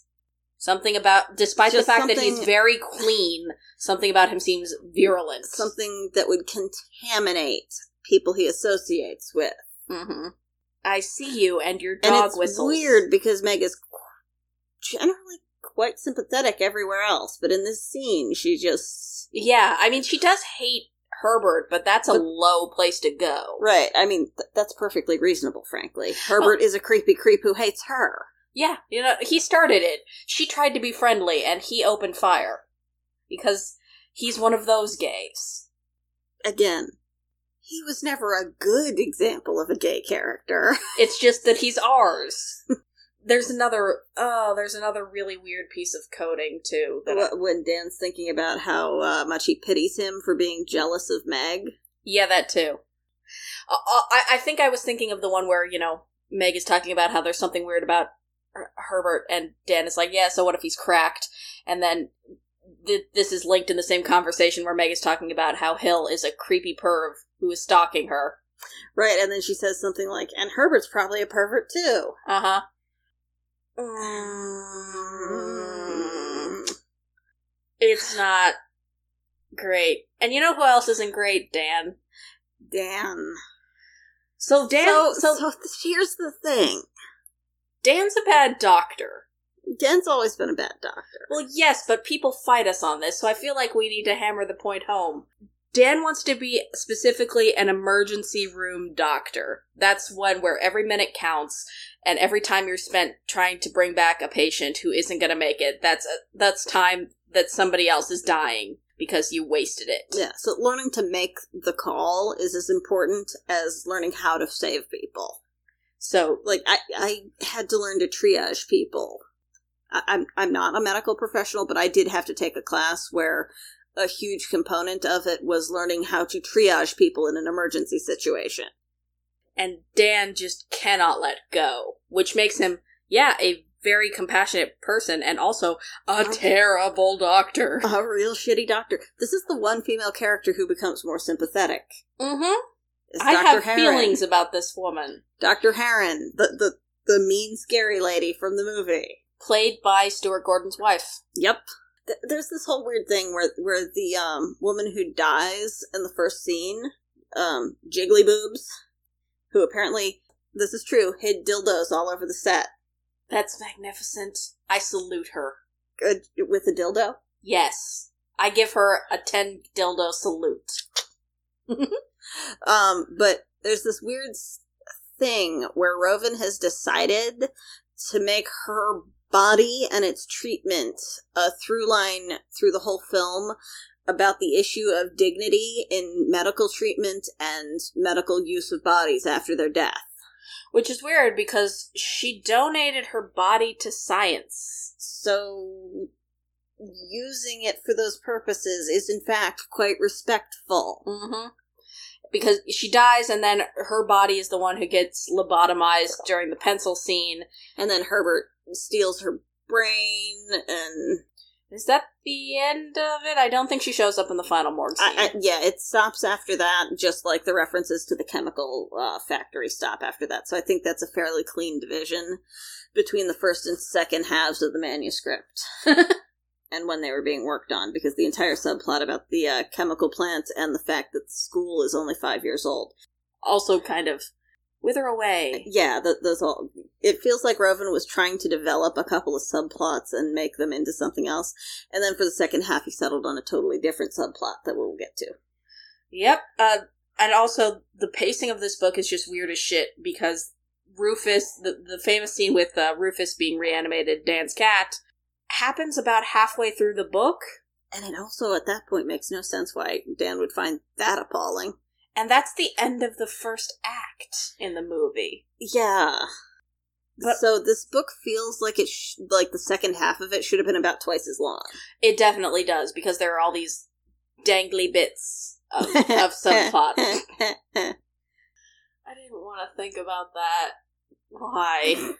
Speaker 1: Something about despite the
Speaker 2: Just
Speaker 1: fact that he's
Speaker 2: something-
Speaker 1: very clean, something about him seems virulent.
Speaker 2: something that would contaminate people he associates with.
Speaker 1: hmm I see you and your
Speaker 2: mm-hmm. And
Speaker 1: dog
Speaker 2: it's
Speaker 1: whistles.
Speaker 2: weird because Meg is qu- generally quite sympathetic everywhere else, but in this scene, she just
Speaker 1: Yeah, I mean she does hate Herbert, but that's a
Speaker 2: But-
Speaker 1: low place to go.
Speaker 2: Right. I mean, th- that's perfectly reasonable, frankly. Herbert is a creepy creep who hates her.
Speaker 1: Yeah, you know, he started it. She tried to be friendly, and he opened fire. Because he's one of those gays.
Speaker 2: Again, he was never a good example of a gay character.
Speaker 1: It's just that he's ours. there's another, oh, there's another really weird piece of coding, too. That I-
Speaker 2: Wh- when Dan's thinking about how uh, much he pities him for being jealous of Meg.
Speaker 1: yeah, that too. Uh, uh, I, I think I was thinking of the one where, you know, Meg is talking about how there's something weird about Her- Herbert, and Dan is like, yeah, so what if he's cracked? And then th- this is linked in the same conversation where Meg is talking about how Hill is a creepy perv who is stalking her.
Speaker 2: Right, and then she says something like, and Herbert's probably a pervert too.
Speaker 1: Uh huh.
Speaker 2: Mm.
Speaker 1: It's not great. And you know who else isn't great? Dan.
Speaker 2: Dan.
Speaker 1: So Dan,
Speaker 2: so,
Speaker 1: so,
Speaker 2: so here's the thing
Speaker 1: Dan's a bad doctor.
Speaker 2: Dan's always been a bad doctor.
Speaker 1: Well, yes, but people fight us on this, so I feel like we need to hammer the point home. Dan wants to be specifically an emergency room doctor. That's one where every minute counts, and every time you're spent trying to bring back a patient who isn't going to make it, that's that's time that somebody else is dying because you wasted it.
Speaker 2: Yeah, so learning to make the call is as important as learning how to save people.
Speaker 1: So
Speaker 2: Like I, I had to learn to triage people. I, I'm I'm not a medical professional, but I did have to take a class where a huge component of it was learning how to triage people in an emergency situation.
Speaker 1: and Dan just cannot let go, which makes him, yeah, a very compassionate person and also a terrible doctor.
Speaker 2: A real shitty doctor. This is the one female character who becomes more sympathetic.
Speaker 1: Mm-hmm.
Speaker 2: Is
Speaker 1: I
Speaker 2: Dr.
Speaker 1: have
Speaker 2: Herron.
Speaker 1: feelings about this woman,
Speaker 2: Dr. Heron, the, the the mean scary lady from the movie.
Speaker 1: played by Stuart Gordon's wife.
Speaker 2: Yep. Th- There's this whole weird thing where where the um, woman who dies in the first scene, um, Jiggly Boobs, who apparently this is true, hid dildos all over the set
Speaker 1: That's magnificent. I salute her.
Speaker 2: uh, with a dildo.
Speaker 1: Yes. I give her a 10 dildo salute.
Speaker 2: Um, but there's this weird s- thing where Roven has decided to make her body and its treatment, a through line through the whole film about the issue of dignity in medical treatment and medical use of bodies after their death.
Speaker 1: Which is weird because she donated her body to science.
Speaker 2: So using it for those purposes is in fact quite respectful.
Speaker 1: Mm-hmm. Because she dies, and then her body is the one who gets lobotomized during the pencil scene.
Speaker 2: And then Herbert steals her brain and
Speaker 1: Is that the end of it? I don't think she shows up in the final morgue scene.
Speaker 2: I, I, yeah, it stops after that, just like the references to the chemical uh, factory stop after that. So I think that's a fairly clean division between the first and second halves of the manuscript and when they were being worked on, because the entire subplot about the uh, chemical plant and the fact that the school is only five years old.
Speaker 1: also, kind of wither away.
Speaker 2: Yeah, th- those all. It feels like Roven was trying to develop a couple of subplots and make them into something else, and then for the second half, he settled on a totally different subplot that we'll get to.
Speaker 1: Yep. Uh, and also, the pacing of this book is just weird as shit because Rufus, the, the famous scene with uh, Rufus being reanimated, Dan's cat, happens about halfway through the book.
Speaker 2: And it also, at that point, makes no sense why Dan would find that appalling.
Speaker 1: And that's the end of the first act in the movie.
Speaker 2: Yeah.
Speaker 1: But-
Speaker 2: so this book feels like it, sh- like the second half of it should have been about twice as long.
Speaker 1: It definitely does because there are all these dangly bits of, of subplots. I didn't want to think about that. Why?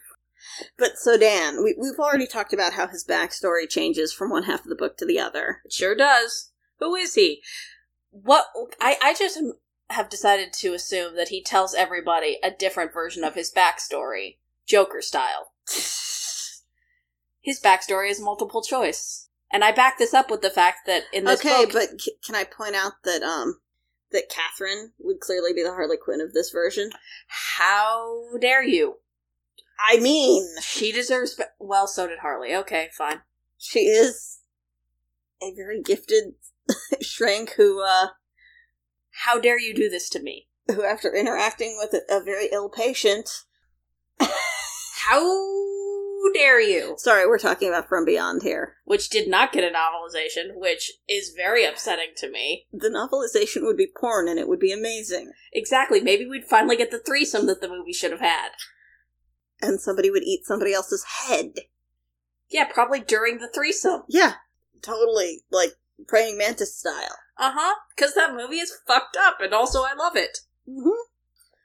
Speaker 2: but so Dan, we, we've already talked about how his backstory changes from one half of the book to the other.
Speaker 1: It sure does. Who is he? What I I just am- have decided to assume that he tells everybody a different version of his backstory, Joker style. His backstory is multiple choice, and I back this up with the fact that in this
Speaker 2: okay,
Speaker 1: book,
Speaker 2: but c- can I point out that um that Catherine would clearly be the Harley Quinn of this version?
Speaker 1: how dare you?
Speaker 2: I mean,
Speaker 1: She deserves. ba- Well, so did Harley. Okay, fine.
Speaker 2: she is a very gifted shrink who uh
Speaker 1: How dare you do this to me?
Speaker 2: who after interacting with a, a very ill patient
Speaker 1: How dare you?
Speaker 2: sorry we're talking about from beyond here
Speaker 1: Which did not get a novelization, which is very upsetting to me.
Speaker 2: the novelization would be porn and it would be amazing
Speaker 1: Exactly. Maybe we'd finally get the threesome that the movie should have had.
Speaker 2: and somebody would eat somebody else's head
Speaker 1: Yeah, probably during the threesome.
Speaker 2: yeah totally like praying mantis style
Speaker 1: Uh huh. Because that movie is fucked up, and also I love it.
Speaker 2: mm-hmm.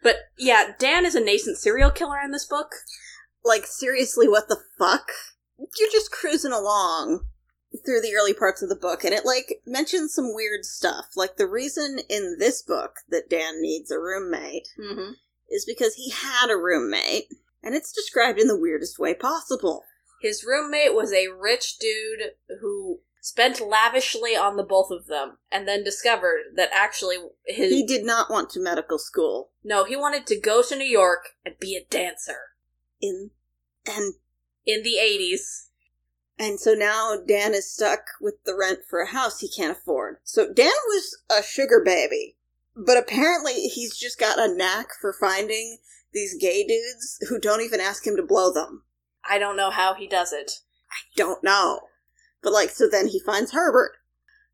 Speaker 1: But yeah, Dan is a nascent serial killer in this book.
Speaker 2: like seriously what the fuck you're just cruising along through the early parts of the book and it like mentions some weird stuff like the reason in this book that dan needs a roommate
Speaker 1: Mm-hmm.
Speaker 2: is because he had a roommate and it's described in the weirdest way possible
Speaker 1: His roommate was a rich dude who spent lavishly on the both of them, and then discovered that actually his
Speaker 2: he did not want to medical school
Speaker 1: No, he wanted to go to New York and be a dancer
Speaker 2: in and
Speaker 1: in the 80s.
Speaker 2: and so now dan is stuck with the rent for a house he can't afford so dan was a sugar baby but apparently he's just got a knack for finding these gay dudes who don't even ask him to blow them
Speaker 1: I don't know how he does it.
Speaker 2: don't know but like so then he finds herbert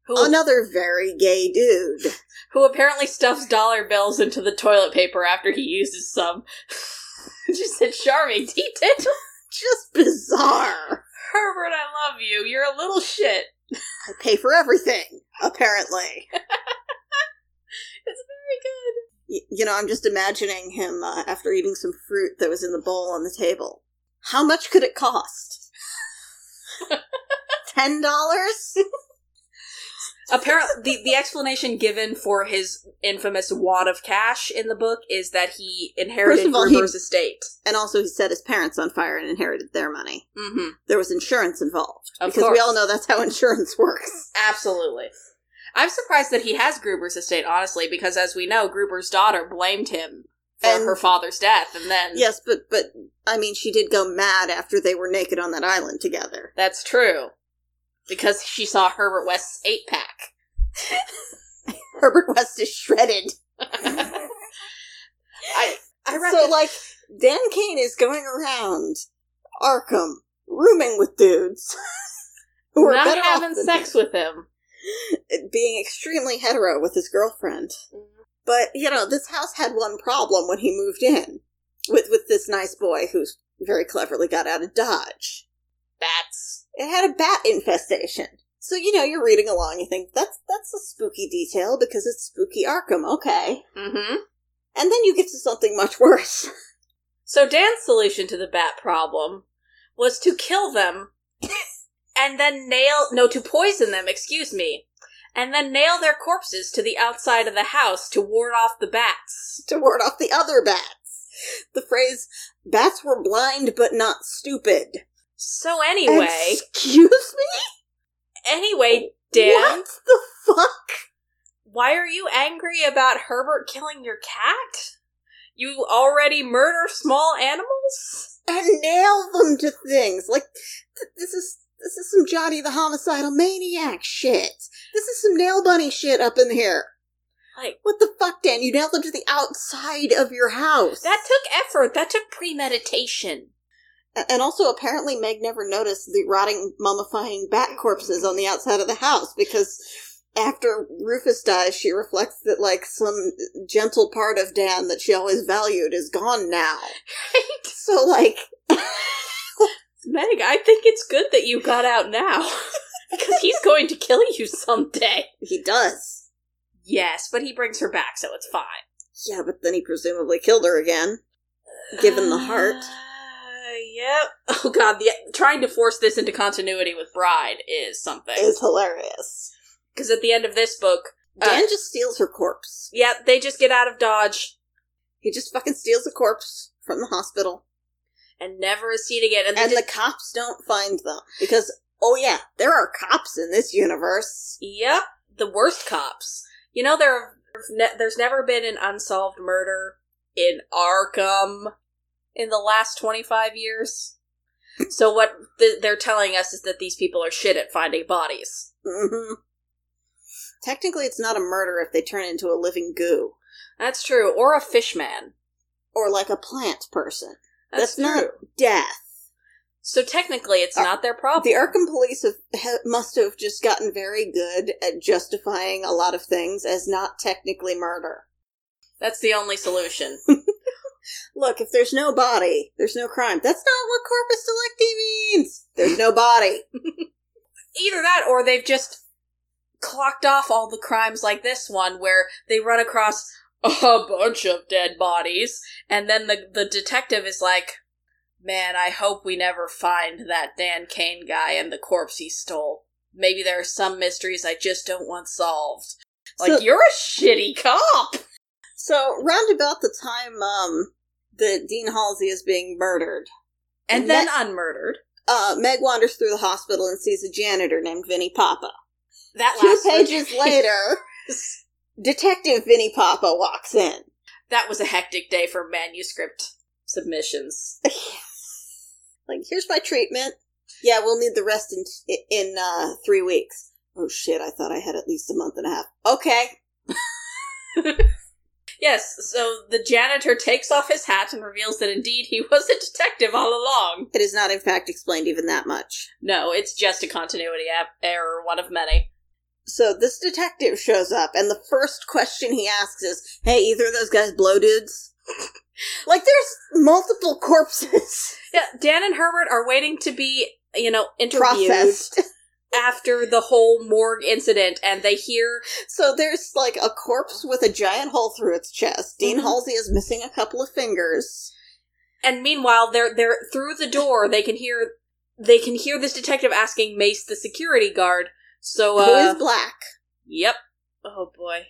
Speaker 1: Who,
Speaker 2: another very gay dude
Speaker 1: who apparently stuffs dollar bills into the toilet paper after he uses some. Just a charming detail.
Speaker 2: just bizarre
Speaker 1: Herbert, I love you. You're a little shit.
Speaker 2: i pay for everything apparently
Speaker 1: It's very good.
Speaker 2: Y- you know, I'm just imagining him uh, after eating some fruit that was in the bowl on the table. How much could it cost? Ten dollars?
Speaker 1: Apparently, the, the explanation given for his infamous wad of cash in the book is that he
Speaker 2: First
Speaker 1: inherited
Speaker 2: of all, he-
Speaker 1: Gruber's estate.
Speaker 2: And also, he set his parents on fire and inherited their money.
Speaker 1: Mm-hmm.
Speaker 2: There was insurance involved
Speaker 1: Of
Speaker 2: because we
Speaker 1: course.
Speaker 2: all know that's how insurance works.
Speaker 1: Absolutely. I'm surprised that he has Gruber's estate, honestly, because as we know, Gruber's daughter blamed him for
Speaker 2: And-
Speaker 1: her father's death, and then
Speaker 2: Yes, but but I mean, she did go mad after they were naked on that island together.
Speaker 1: that's true because she saw Herbert West's eight pack.
Speaker 2: Herbert West is shredded.
Speaker 1: I I read
Speaker 2: so like Dan Kane is going around Arkham rooming with dudes who are
Speaker 1: Not
Speaker 2: better off
Speaker 1: having
Speaker 2: than
Speaker 1: sex with him.
Speaker 2: being extremely hetero with his girlfriend.
Speaker 1: Mm-hmm.
Speaker 2: But you know, this house had one problem when he moved in with with this nice boy who's very cleverly got out of Dodge.
Speaker 1: That's
Speaker 2: It had a bat infestation. So you know, you're reading along, you think that's that's a spooky detail because it's spooky Arkham, okay?
Speaker 1: mm-hmm.
Speaker 2: And then you get to something much worse.
Speaker 1: So Dan's solution to the bat problem was to kill them and then nail no to poison them, excuse me, and then nail their corpses to the outside of the house to ward off the bats.
Speaker 2: to ward off the other bats. The phrase "bats were blind but not stupid."
Speaker 1: So anyway,
Speaker 2: excuse me.
Speaker 1: anyway, Dan,
Speaker 2: what the fuck?
Speaker 1: why are you angry about Herbert killing your cat? You already murder small animals?
Speaker 2: and nail them to things. Like th- this is this is some Johnny the homicidal maniac shit. This is some nail bunny shit up in here.
Speaker 1: Like
Speaker 2: What the fuck, Dan? You nailed them to the outside of your house.
Speaker 1: that took effort, that took premeditation.
Speaker 2: A- and also apparently Meg never noticed the rotting, mummifying bat corpses on the outside of the house because after Rufus dies, she reflects that like some gentle part of Dan that she always valued is gone now.
Speaker 1: Right?
Speaker 2: So like
Speaker 1: Meg, I think it's good that you got out now. Because he's going to kill you someday.
Speaker 2: he does.
Speaker 1: Yes, but he brings her back, so it's fine.
Speaker 2: Yeah, but then he presumably killed her again. Given the heart.
Speaker 1: Uh, yep. Oh god, the, trying to force this into continuity with Bride is something.
Speaker 2: It's hilarious.
Speaker 1: Because at the end of this book, uh,
Speaker 2: Dan just steals her corpse.
Speaker 1: yeah, they just get out of Dodge
Speaker 2: He just fucking steals a corpse from the hospital.
Speaker 1: and never is seen again. And, they
Speaker 2: And
Speaker 1: just-
Speaker 2: the cops don't find them. Because, oh yeah, there are cops in this universe.
Speaker 1: Yep, the worst cops. You know there are- ne- there's never been an unsolved murder in Arkham in the last 25 years. So what th- they're telling us is that these people are shit at finding bodies.
Speaker 2: hmm Technically, it's not a murder if they turn into a living goo.
Speaker 1: That's true. Or a fish man.
Speaker 2: Or like a plant person.
Speaker 1: That's,
Speaker 2: That's not-
Speaker 1: true.
Speaker 2: Death.
Speaker 1: So technically, it's
Speaker 2: Ar-
Speaker 1: not their problem.
Speaker 2: The Arkham police have, ha, must have just gotten very good at justifying a lot of things as not technically murder.
Speaker 1: That's the only solution.
Speaker 2: Look, if there's no body, there's no crime. That's not what corpus delicti means. There's no body.
Speaker 1: Either that, or they've just clocked off all the crimes like this one, where they run across a bunch of dead bodies, and then the the detective is like, "Man, I hope we never find that Dan Kane guy and the corpse he stole. Maybe there are some mysteries I just don't want solved." Like
Speaker 2: So-
Speaker 1: you're a shitty cop.
Speaker 2: So, round about the time um, that Dean Halsey is being murdered,
Speaker 1: And
Speaker 2: And
Speaker 1: then unmurdered.
Speaker 2: uh, Meg wanders through the hospital and sees a janitor named Vinnie Papa.
Speaker 1: That
Speaker 2: Two
Speaker 1: last
Speaker 2: pages later, Detective Vinnie Papa walks in.
Speaker 1: that was a hectic day for manuscript submissions.
Speaker 2: like, here's my treatment. Yeah, we'll need the rest in in uh, three weeks. Oh shit! I thought I had at least a month and a half. Okay,
Speaker 1: Yes, so the janitor takes off his hat and reveals that indeed he was a detective all along.
Speaker 2: it is not in fact explained even that much.
Speaker 1: No, it's just a continuity ap- error, one of many.
Speaker 2: So this detective shows up, and the first question he asks is, "Hey, either of those guys blow dudes?" like, there's multiple corpses
Speaker 1: Yeah, Dan and Herbert are waiting to be, you know, interviewed
Speaker 2: processed.
Speaker 1: after the whole morgue incident, and they hear
Speaker 2: so there's like a corpse with a giant hole through its chest. Dean
Speaker 1: Mhm.
Speaker 2: Halsey is missing a couple of fingers.
Speaker 1: and meanwhile they're they're through the door they can hear they can hear this detective asking Mace the security guard. So uh
Speaker 2: who is black?
Speaker 1: Yep. Oh boy.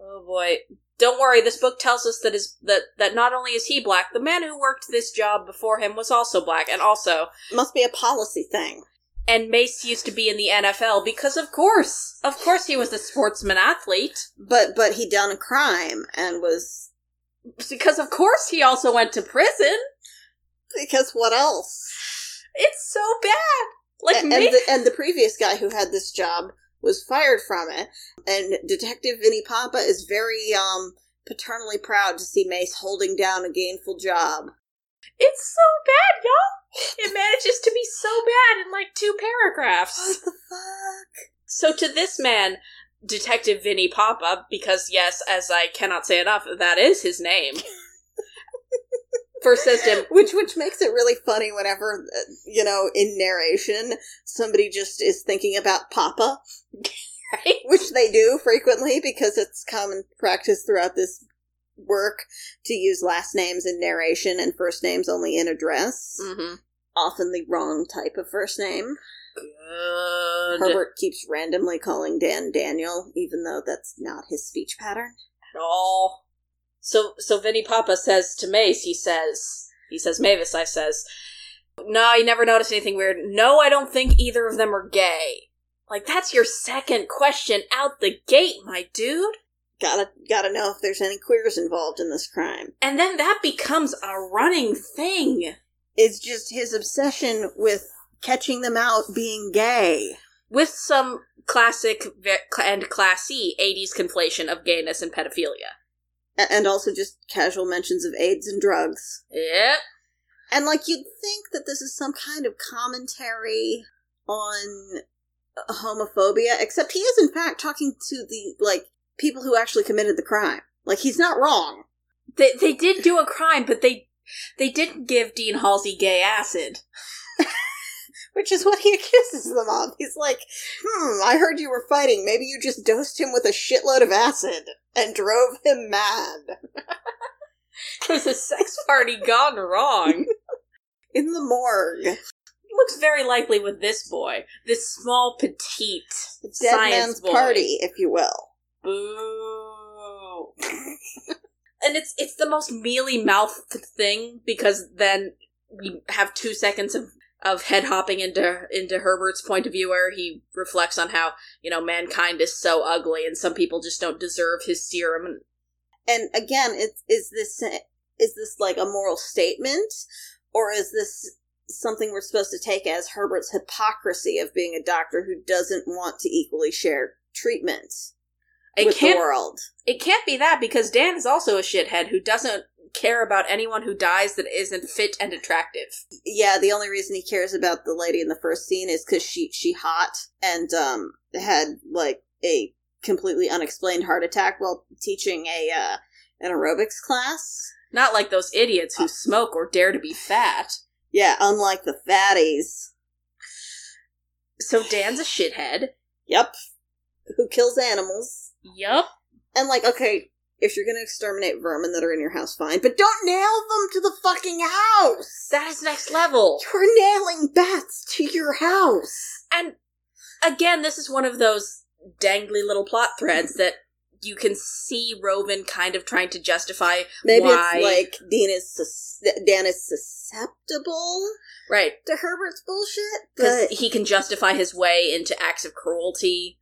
Speaker 1: Oh boy. Don't worry, this book tells us that is that that not only is he black, the man who worked this job before him was also black and also
Speaker 2: Must be a policy thing.
Speaker 1: and Mace used to be in the NFL because of course. Of course he was a sportsman athlete.
Speaker 2: But but he done a crime and was
Speaker 1: Because of course he also went to prison.
Speaker 2: because what else?
Speaker 1: It's so bad. Like
Speaker 2: and,
Speaker 1: Ma-
Speaker 2: and the, and the previous guy who had this job was fired from it and detective vinnie papa is very um paternally proud to see mace holding down a gainful job
Speaker 1: it's so bad, y'all. It manages to be so bad in like two paragraphs.
Speaker 2: the fuck?
Speaker 1: So to this man, Detective Vinny Papa, because yes, as I cannot say enough, that is his name. First says to him,
Speaker 2: Which which makes it really funny whenever uh, you know in narration somebody just is thinking about Papa,
Speaker 1: right?
Speaker 2: which they do frequently because it's common practice throughout this work to use last names in narration and first names only in address.
Speaker 1: Mm-hmm.
Speaker 2: Often the wrong type of first name.
Speaker 1: Good.
Speaker 2: Herbert keeps randomly calling Dan Daniel, even though that's not his speech pattern.
Speaker 1: at all. So so Vinny Papa says to Mace, he says he says Mavis, I says, No, you never noticed anything weird. No, I don't think either of them are gay. Like that's your second question out the gate, my dude.
Speaker 2: Gotta gotta know if there's any queers involved in this crime.
Speaker 1: And then that becomes a running thing.
Speaker 2: It's just his obsession with catching them out being gay.
Speaker 1: With some classic ve- and classy 80s conflation of gayness and pedophilia.
Speaker 2: A- And also just casual mentions of AIDS and drugs.
Speaker 1: Yep.
Speaker 2: And like you'd think that this is some kind of commentary on homophobia, except he is in fact talking to the like people who actually committed the crime. Like he's not wrong.
Speaker 1: They, they did do a crime, but they they didn't give Dean Halsey gay acid.
Speaker 2: Which is what he accuses them of. He's like, hmm, I heard you were fighting. Maybe you just dosed him with a shitload of acid and drove him mad.
Speaker 1: It was a sex party gone wrong.
Speaker 2: In the morgue.
Speaker 1: looks very likely with this boy, this small petite
Speaker 2: Dead
Speaker 1: science
Speaker 2: man's
Speaker 1: boy.
Speaker 2: party, if you will.
Speaker 1: Boo! and it's it's the most mealy mouthed thing because then we have two seconds of of head hopping into into Herbert's point of view where he reflects on how you know mankind is so ugly and some people just don't deserve his serum. And
Speaker 2: And again, it's is this is this like a moral statement? Or is this something we're supposed to take as Herbert's hypocrisy of being a doctor who doesn't want to equally share treatment
Speaker 1: it
Speaker 2: with the
Speaker 1: can't
Speaker 2: world?
Speaker 1: it can't be that because Dan is also a shithead who doesn't care about anyone who dies that isn't fit and attractive.
Speaker 2: yeah the only reason he cares about the lady in the first scene is because she she hot and um had like a completely unexplained heart attack while teaching a uh an aerobics class
Speaker 1: Not like those idiots
Speaker 2: Uh.
Speaker 1: who smoke or dare to be fat.
Speaker 2: yeah unlike the fatties
Speaker 1: So Dan's a shithead.
Speaker 2: yep who kills animals
Speaker 1: Yup.
Speaker 2: and like okay if you're gonna exterminate vermin that are in your house fine but don't nail them to the fucking house
Speaker 1: That is next level.
Speaker 2: you're nailing bats to your house
Speaker 1: And again, this is one of those dangly little plot threads that you can see Roven kind of trying to justify.
Speaker 2: maybe
Speaker 1: Why?
Speaker 2: it's like dean is sus- dan is susceptible
Speaker 1: Right.
Speaker 2: to Herbert's bullshit,
Speaker 1: Because
Speaker 2: but
Speaker 1: he can justify his way into acts of cruelty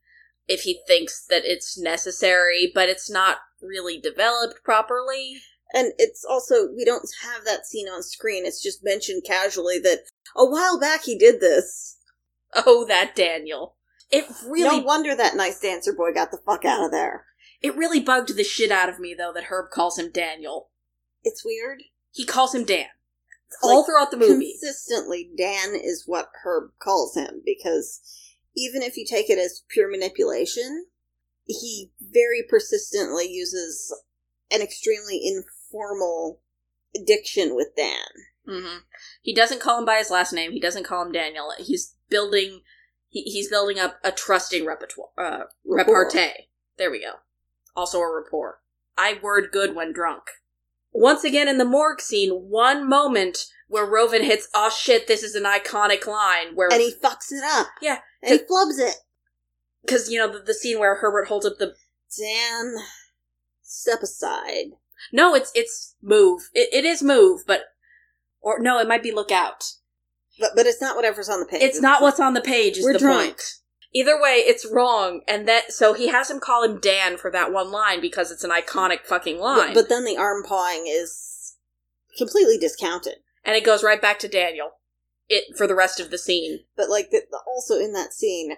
Speaker 1: if he thinks that it's necessary, but it's not really developed properly.
Speaker 2: and it's also we don't have that scene on screen. It's just mentioned casually that a while back he did this.
Speaker 1: Oh, that Daniel. It really
Speaker 2: No wonder that nice dancer boy got the fuck out of there.
Speaker 1: It really bugged the shit out of me though that Herb calls him Daniel.
Speaker 2: It's weird.
Speaker 1: He calls him Dan
Speaker 2: Like,
Speaker 1: all throughout the movie.
Speaker 2: Consistently, Dan is what Herb calls him because even if you take it as pure manipulation, he very persistently uses an extremely informal diction with Dan.
Speaker 1: hmm He doesn't call him by his last name. He doesn't call him Daniel. He's building. He, he's building up a trusting repertoire, uh, repartee. There we go. Also a rapport. I word good when drunk. Once again in the morgue scene, one moment where Roven hits, "Oh shit, this is an iconic line." Where
Speaker 2: and he fucks it up.
Speaker 1: Yeah.
Speaker 2: and he flubs it.
Speaker 1: because you know the, the scene where Herbert holds up the
Speaker 2: Dan, step aside.
Speaker 1: No, it's it's move. It, it is move, but or no, it might be look out.
Speaker 2: But but it's not whatever's on the page.
Speaker 1: It's not what's on the page. Is
Speaker 2: We're
Speaker 1: the
Speaker 2: drunk.
Speaker 1: point? Either way, it's wrong, and that so he has him call him Dan for that one line because it's an iconic fucking line.
Speaker 2: But, but then the arm pawing is completely discounted.
Speaker 1: and it goes right back to Daniel. It for the rest of the scene.
Speaker 2: But like the, the- also in that scene,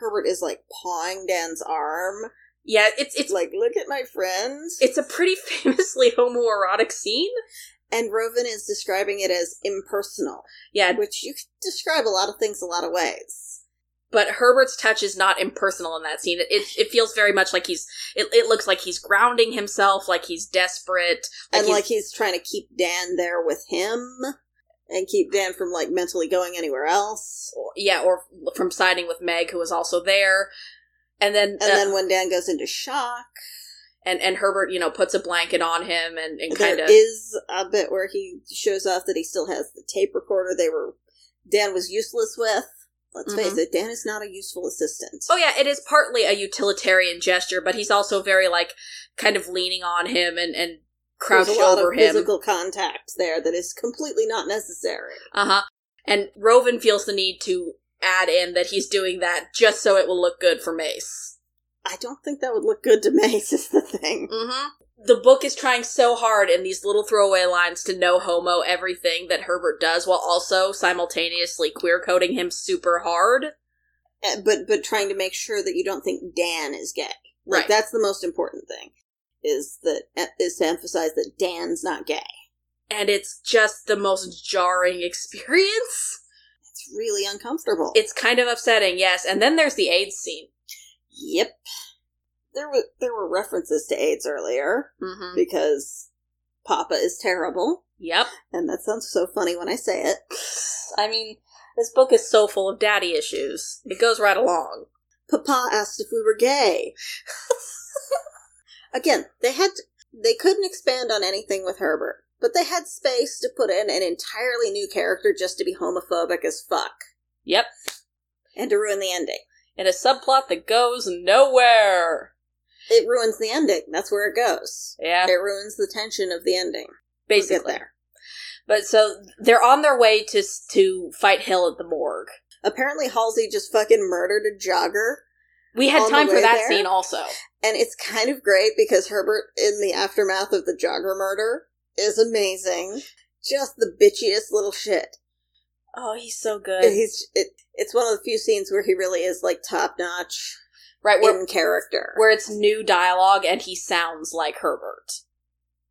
Speaker 2: Herbert is like pawing Dan's arm.
Speaker 1: Yeah, it's it's
Speaker 2: Like, look at my friend.
Speaker 1: it's a pretty famously homoerotic scene.
Speaker 2: And Roven is describing it as impersonal,
Speaker 1: Yeah,
Speaker 2: which you can describe a lot of things a lot of ways.
Speaker 1: but Herbert's touch is not impersonal in that scene. It it, it feels very much like he's it, it looks like he's grounding himself, like he's desperate,
Speaker 2: and
Speaker 1: he's-
Speaker 2: like he's trying to keep Dan there with him and keep Dan from like mentally going anywhere else.
Speaker 1: yeah, or from siding with Meg, who was also there. And then,
Speaker 2: And
Speaker 1: uh,
Speaker 2: then when Dan goes into shock,
Speaker 1: and and Herbert, you know, puts a blanket on him and, and
Speaker 2: There
Speaker 1: kind of
Speaker 2: is a bit where he shows off that he still has the tape recorder they were Dan was useless with. Let's face it, Dan is not a useful assistant.
Speaker 1: Oh yeah, it is partly a utilitarian gesture, but he's also very like kind of leaning on him and and
Speaker 2: There's
Speaker 1: crouched
Speaker 2: a lot
Speaker 1: over
Speaker 2: of
Speaker 1: him.
Speaker 2: physical contact there that is completely not necessary.
Speaker 1: Uh huh. And Roven feels the need to add in that he's doing that just so it will look good for Mace.
Speaker 2: I don't think that would look good to Mace is the thing.
Speaker 1: Mm-hmm. The book is trying so hard in these little throwaway lines to no homo everything that Herbert does, while also simultaneously queer coding him super hard.
Speaker 2: Uh, But but trying to make sure that you don't think Dan is gay. Like
Speaker 1: Right.
Speaker 2: that's the most important thing. Is that uh, is to emphasize that Dan's not gay.
Speaker 1: And it's just the most jarring experience.
Speaker 2: It's really uncomfortable.
Speaker 1: It's kind of upsetting, yes. And then there's the AIDS scene.
Speaker 2: yep. There were there were references to AIDS earlier.
Speaker 1: Mm-hmm.
Speaker 2: because Papa is terrible,
Speaker 1: Yep.
Speaker 2: and that sounds so funny when I say it.
Speaker 1: I mean, this book is so full of daddy issues. It goes right along.
Speaker 2: Papa asked if we were gay. Again, they had to, they couldn't expand on anything with Herbert, but they had space to put in an entirely new character just to be homophobic as fuck
Speaker 1: Yep.
Speaker 2: and to ruin the ending.
Speaker 1: And a subplot that goes nowhere.
Speaker 2: It ruins the ending. That's where it goes.
Speaker 1: Yeah,
Speaker 2: It ruins the tension of the ending. We'll get
Speaker 1: basically.
Speaker 2: there.
Speaker 1: But so they're on their way to s- to fight Hill at the morgue.
Speaker 2: Apparently, Halsey just fucking murdered a jogger
Speaker 1: We had
Speaker 2: On the
Speaker 1: time for
Speaker 2: way
Speaker 1: that
Speaker 2: there?
Speaker 1: scene also.
Speaker 2: And it's kind of great because Herbert, in the aftermath of the jogger murder, is amazing. Just the bitchiest little shit.
Speaker 1: Oh, he's so good.
Speaker 2: He's it, it's one of the few scenes where he really is like top notch
Speaker 1: right where
Speaker 2: in character.
Speaker 1: where it's new dialogue and he sounds like Herbert.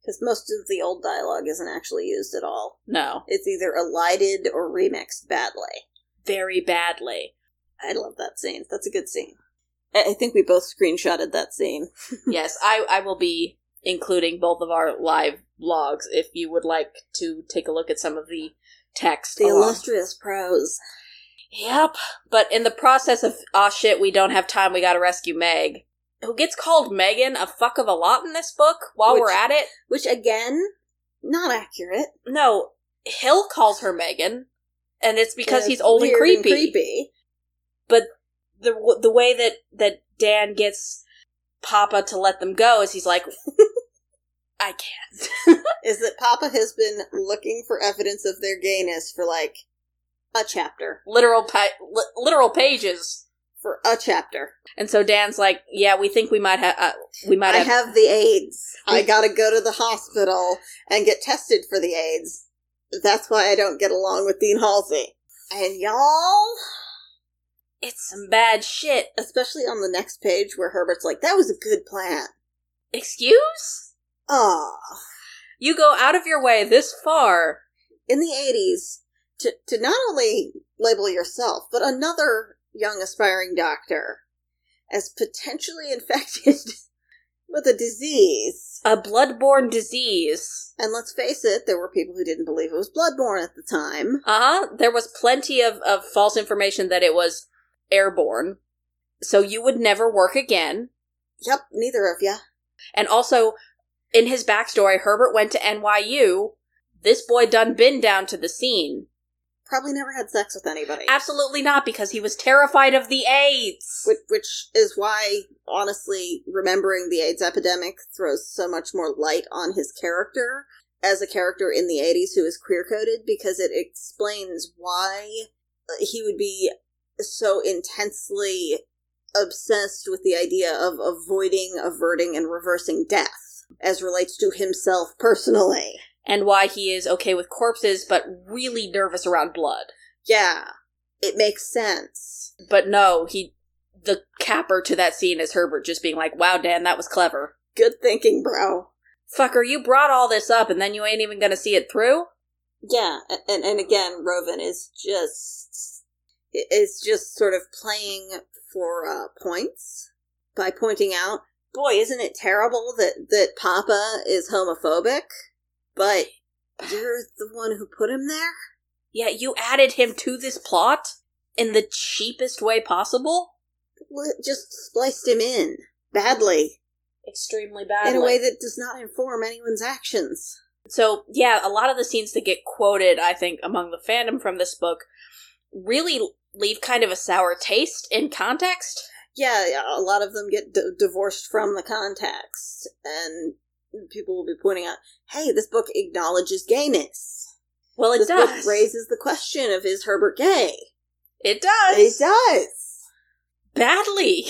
Speaker 2: Because most of the old dialogue isn't actually used at all.
Speaker 1: No,
Speaker 2: It's either elided or remixed badly.
Speaker 1: very badly.
Speaker 2: I love that scene. That's a good scene. I I think we both screenshotted that scene.
Speaker 1: yes, I I will be including both of our live blogs if you would like to take a look at some of the text.
Speaker 2: The
Speaker 1: along.
Speaker 2: illustrious prose.
Speaker 1: Yep. But in the process of ah shit, we don't have time. We gotta rescue Meg, who gets called Megan a fuck of a lot in this book. While
Speaker 2: Which-
Speaker 1: we're at it,
Speaker 2: Which, again, not accurate.
Speaker 1: no, Hill calls her Megan, and it's because
Speaker 2: It's
Speaker 1: he's old and
Speaker 2: weird
Speaker 1: creepy.
Speaker 2: creepy.
Speaker 1: The w- the way that that Dan gets Papa to let them go is he's like, I can't.
Speaker 2: is that Papa has been looking for evidence of their gayness for like a chapter.
Speaker 1: literal pa- li- literal pages.
Speaker 2: For a chapter.
Speaker 1: And so Dan's like, "Yeah, we think we might have uh, we might
Speaker 2: I
Speaker 1: have,
Speaker 2: have the AIDS. I
Speaker 1: We-
Speaker 2: gotta go to the hospital and get tested for the AIDS. That's why I don't get along with Dean Halsey. And y'all,
Speaker 1: it's some bad shit."
Speaker 2: especially on the next page where Herbert's like, that was a good plan.
Speaker 1: Excuse?
Speaker 2: Ah,
Speaker 1: you go out of your way this far.
Speaker 2: In the 80s, to, to not only label yourself, but another young aspiring doctor as potentially infected with a disease
Speaker 1: A bloodborne disease.
Speaker 2: And let's face it, there were people who didn't believe it was Bloodborne at the time.
Speaker 1: Uh huh. There was plenty of, of false information that it was airborne. So you would never work again.
Speaker 2: Yep, neither of ya.
Speaker 1: And also, in his backstory, Herbert went to NYU. This boy done been down to the scene.
Speaker 2: Probably never had sex with anybody.
Speaker 1: Absolutely not, because he was terrified of the AIDS.
Speaker 2: Which, which is why, honestly, remembering the AIDS epidemic throws so much more light on his character as a character in the 80s who is queer coded because it explains why uh, he would be so intensely obsessed with the idea of avoiding, averting, and reversing death as relates to himself personally.
Speaker 1: And why he is okay with corpses, but really nervous around blood.
Speaker 2: Yeah, it makes sense.
Speaker 1: But no, he. The capper to that scene is Herbert just being like, wow, Dan, that was clever.
Speaker 2: Good thinking, bro.
Speaker 1: Fucker, you brought all this up and then you ain't even gonna see it through?
Speaker 2: Yeah, a- and and again, Roven is just is just sort of playing for uh, points by pointing out, boy, isn't it terrible that that Papa is homophobic, but you're the one who put him there.
Speaker 1: Yeah, you added him to this plot in the cheapest way possible?
Speaker 2: Well, Just spliced him in badly
Speaker 1: Extremely badly.
Speaker 2: in a way that does not inform anyone's actions.
Speaker 1: So, yeah, a lot of the scenes that get quoted, I think, among the fandom from this book really leave kind of a sour taste in context.
Speaker 2: yeah, yeah, a lot of them get d- divorced from the context, and people will be pointing out, "Hey, this book acknowledges gayness.
Speaker 1: Well, it
Speaker 2: this
Speaker 1: does.
Speaker 2: book raises the question of is Herbert gay?
Speaker 1: it does.
Speaker 2: It does.
Speaker 1: badly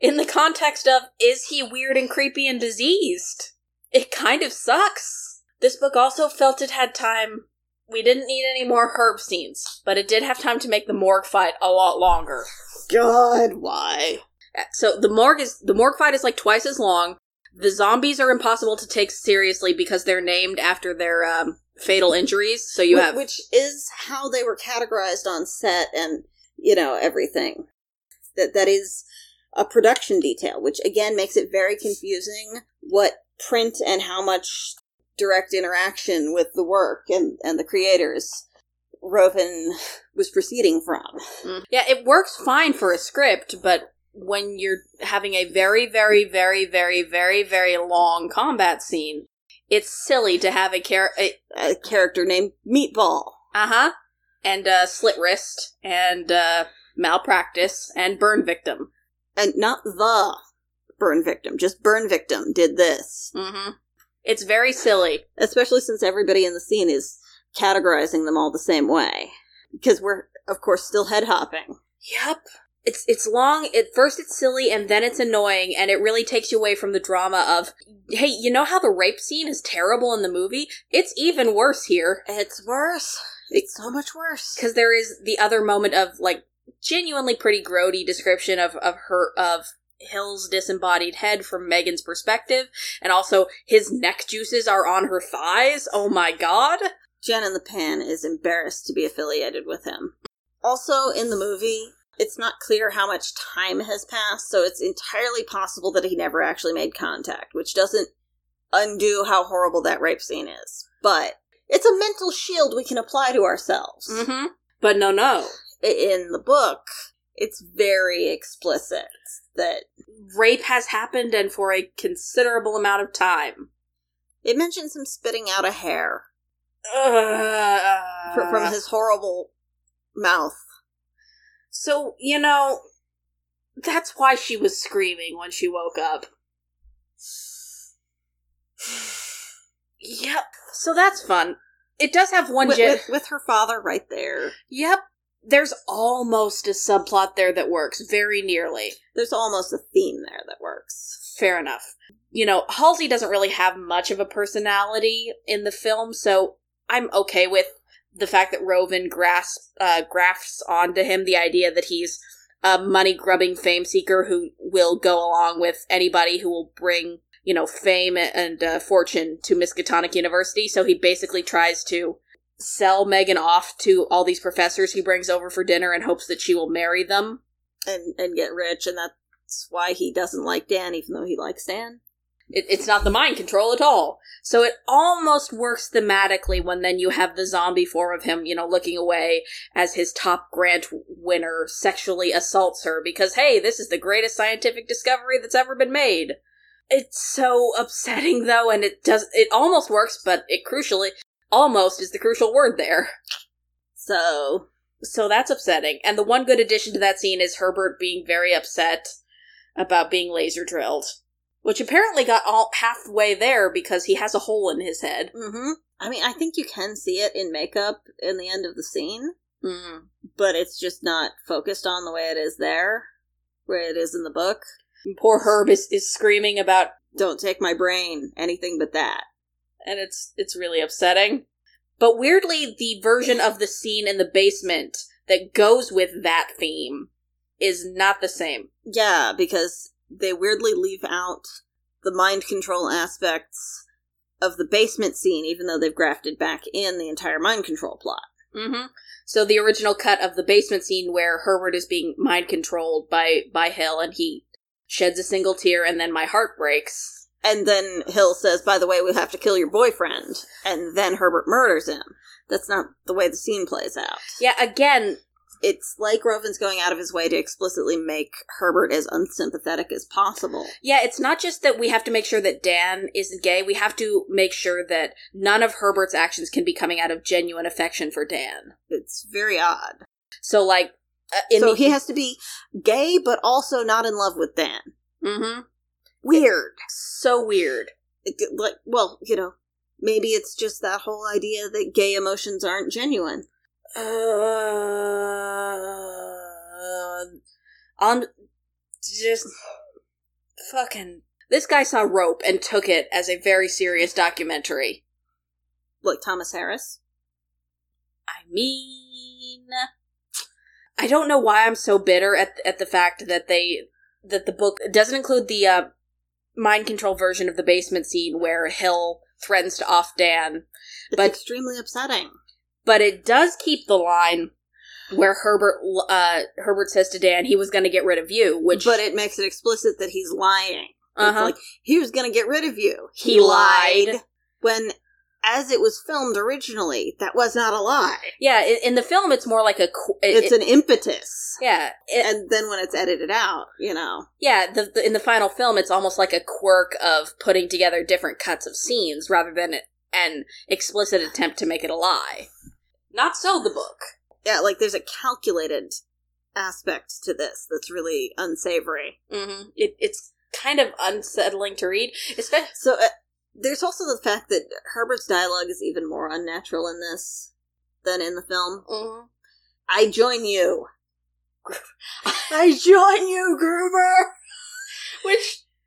Speaker 1: in the context of is he weird and creepy and diseased? It kind of sucks. This book also felt it had time. We didn't need any more herb scenes, but it did have time to make the morgue fight a lot longer.
Speaker 2: God, why?
Speaker 1: So the morgue is the morgue fight is like twice as long. The zombies are impossible to take seriously because they're named after their um, fatal injuries. So you
Speaker 2: Wh-
Speaker 1: have
Speaker 2: which is how they were categorized on set, and you know everything. That that is a production detail, which again makes it very confusing what print and how much direct interaction with the work and, and the creators Roven was proceeding from.
Speaker 1: Mm. Yeah, it works fine for a script, but when you're having a very, very, very, very, very, very long combat scene, it's silly to have a character.
Speaker 2: A character named Meatball.
Speaker 1: Uh huh. And uh, slit wrist, and uh, malpractice, and burn victim.
Speaker 2: And not the burn victim, just burn victim did this.
Speaker 1: Mm hmm. It's very silly.
Speaker 2: especially since everybody in the scene is categorizing them all the same way because we're of course still head hopping
Speaker 1: Yep. It's it's long. At first, it's silly, and then it's annoying, and it really takes you away from the drama of, hey, you know how the rape scene is terrible in the movie? It's even worse here.
Speaker 2: it's worse it's so much worse
Speaker 1: because there is the other moment of like genuinely pretty grody description of of her of Hill's disembodied head from Megan's perspective, and also his neck juices are on her thighs. Oh my god!
Speaker 2: jen in the pan is embarrassed to be affiliated with him also in the movie it's not clear how much time has passed so it's entirely possible that he never actually made contact which doesn't undo how horrible that rape scene is but it's a mental shield we can apply to ourselves
Speaker 1: Mm-hmm. But no, no,
Speaker 2: in the book, it's very explicit that
Speaker 1: rape has happened, and for a considerable amount of time.
Speaker 2: it mentions him spitting out a hair
Speaker 1: Ugh.
Speaker 2: fr-
Speaker 1: Uh,
Speaker 2: from his horrible mouth.
Speaker 1: so you know, that's why she was screaming when she woke up. Yep. So that's fun. It does have one
Speaker 2: With,
Speaker 1: gen-
Speaker 2: with, with her father right there.
Speaker 1: Yep. There's almost a subplot there that works, very nearly.
Speaker 2: There's almost a theme there that works.
Speaker 1: Fair enough. You know, Halsey doesn't really have much of a personality in the film, so I'm okay with the fact that Roven grasps, uh, grafts onto him the idea that he's a money grubbing fame seeker who will go along with anybody who will bring, you know, fame and uh, fortune to Miskatonic University. So he basically tries to sell Megan off to all these professors he brings over for dinner and hopes that she will marry them.
Speaker 2: And, and get rich, and that's why he doesn't like Dan, even though he likes Dan.
Speaker 1: it, it's not the mind control at all. So it almost works thematically when then you have the zombie form of him, you know, looking away as his top grant winner sexually assaults her because, hey, this is the greatest scientific discovery that's ever been made. It's so upsetting though, and it does, it almost works, but it crucially, almost is the crucial word there.
Speaker 2: So,
Speaker 1: So that's upsetting. And the one good addition to that scene is Herbert being very upset about being laser drilled, which apparently got all halfway there because he has a hole in his head.
Speaker 2: hmm I mean, I think you can see it in makeup in the end of the scene,
Speaker 1: Mm.
Speaker 2: but it's just not focused on the way it is there, where it is in the book.
Speaker 1: Poor Herb is, is screaming about,
Speaker 2: don't take my brain, anything but that.
Speaker 1: and it's it's really upsetting. But weirdly, the version of the scene in the basement that goes with that theme is not the same.
Speaker 2: Yeah, because they weirdly leave out the mind control aspects of the basement scene, even though they've grafted back in the entire mind control plot.
Speaker 1: Mm-hmm. So the original cut of the basement scene where Herbert is being mind controlled by by Hill, and he sheds a single tear, and then my heart breaks.
Speaker 2: And then Hill says, by the way, we have to kill your boyfriend. And then Herbert murders him. That's not the way the scene plays out.
Speaker 1: Yeah, again,
Speaker 2: It's like Rovin's going out of his way to explicitly make Herbert as unsympathetic as possible.
Speaker 1: yeah, it's not just that we have to make sure that Dan isn't gay. We have to make sure that none of Herbert's actions can be coming out of genuine affection for Dan.
Speaker 2: It's very odd.
Speaker 1: So, like, uh, in
Speaker 2: so
Speaker 1: the,
Speaker 2: he has to be gay, but also not in love with Dan.
Speaker 1: Mhm.
Speaker 2: Weird.
Speaker 1: so weird.
Speaker 2: It- it- like, well, you know, maybe it's just that whole idea that gay emotions aren't genuine.
Speaker 1: Uh, on just fucking this guy saw rope and took it as a very serious documentary.
Speaker 2: Like Thomas Harris.
Speaker 1: I mean, I don't know why I'm so bitter at at the fact that they that the book doesn't include the uh, mind control version of the basement scene where Hill threatens to off Dan,
Speaker 2: It's
Speaker 1: But-
Speaker 2: extremely upsetting.
Speaker 1: but it does keep the line where Herbert uh, Herbert says to Dan he was going to get rid of you, which
Speaker 2: but it makes it explicit that he's lying.
Speaker 1: Uh-huh.
Speaker 2: It's like, he was going to get rid of you.
Speaker 1: He lied.
Speaker 2: When, as it was filmed originally, that was not a lie.
Speaker 1: Yeah, in, in the film, it's more like a. qu- It, it's
Speaker 2: It's
Speaker 1: it,
Speaker 2: an impetus.
Speaker 1: yeah, it-
Speaker 2: And then when it's edited out, you know.
Speaker 1: yeah. The, the, in the final film, it's almost like a quirk of putting together different cuts of scenes rather than an explicit attempt to make it a lie. Not so the book.
Speaker 2: Yeah, like there's a calculated aspect to this that's really unsavory.
Speaker 1: hmm It, it's kind of unsettling to read, especially.
Speaker 2: So uh, there's also the fact that Herbert's dialogue is even more unnatural in this than in the film.
Speaker 1: Mm-hmm.
Speaker 2: I join you. I join you, Gruber.
Speaker 1: Which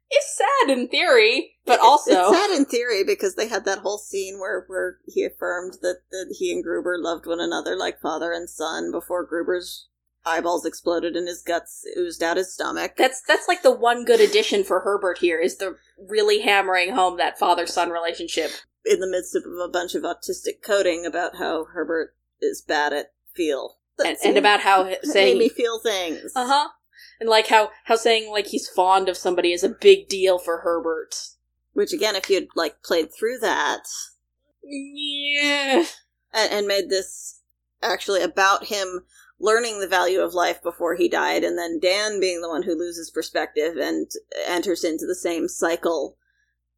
Speaker 1: is sad in theory, but
Speaker 2: it's
Speaker 1: also
Speaker 2: sad in theory because they had that whole scene where where he affirmed that, that he and Gruber loved one another like father and son before Gruber's eyeballs exploded and his guts oozed out his stomach.
Speaker 1: that's that's like the one good addition for Herbert here is the really hammering home that father son relationship.
Speaker 2: in the midst of a bunch of autistic coding about how Herbert is bad at feel That
Speaker 1: And,
Speaker 2: scene
Speaker 1: and about how saying
Speaker 2: made me feel things.
Speaker 1: Uh huh. And like how how saying like he's fond of somebody is a big deal for Herbert.
Speaker 2: Which again, if you'd like played through that
Speaker 1: Yeah.
Speaker 2: and, and made this actually about him learning the value of life before he died, and then Dan being the one who loses perspective and enters into the same cycle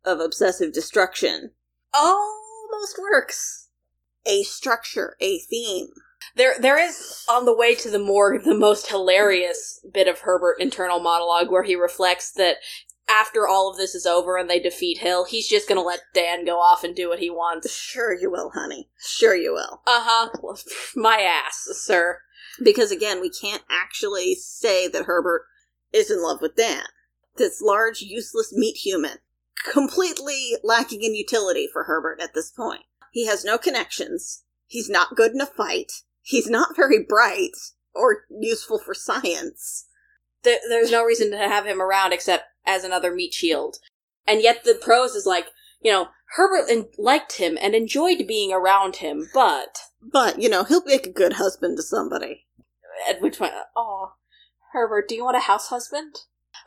Speaker 2: of obsessive destruction.
Speaker 1: Almost works.
Speaker 2: A structure, a theme.
Speaker 1: There there is on the way to the morgue the most hilarious bit of Herbert internal monologue where he reflects that after all of this is over and they defeat Hill, he's just gonna let Dan go off and do what he wants.
Speaker 2: Sure you will, honey. Sure you will.
Speaker 1: Uh huh. My ass, sir.
Speaker 2: because again we can't actually say that herbert is in love with dan this large useless meat human completely lacking in utility for herbert at this point he has no connections he's not good in a fight he's not very bright or useful for science
Speaker 1: there, there's no reason to have him around except as another meat shield. And yet the prose is like, you know, Herbert en- liked him and enjoyed being around him, but
Speaker 2: but you know he'll make a good husband to somebody
Speaker 1: at which point, oh, Herbert, do you want a house husband?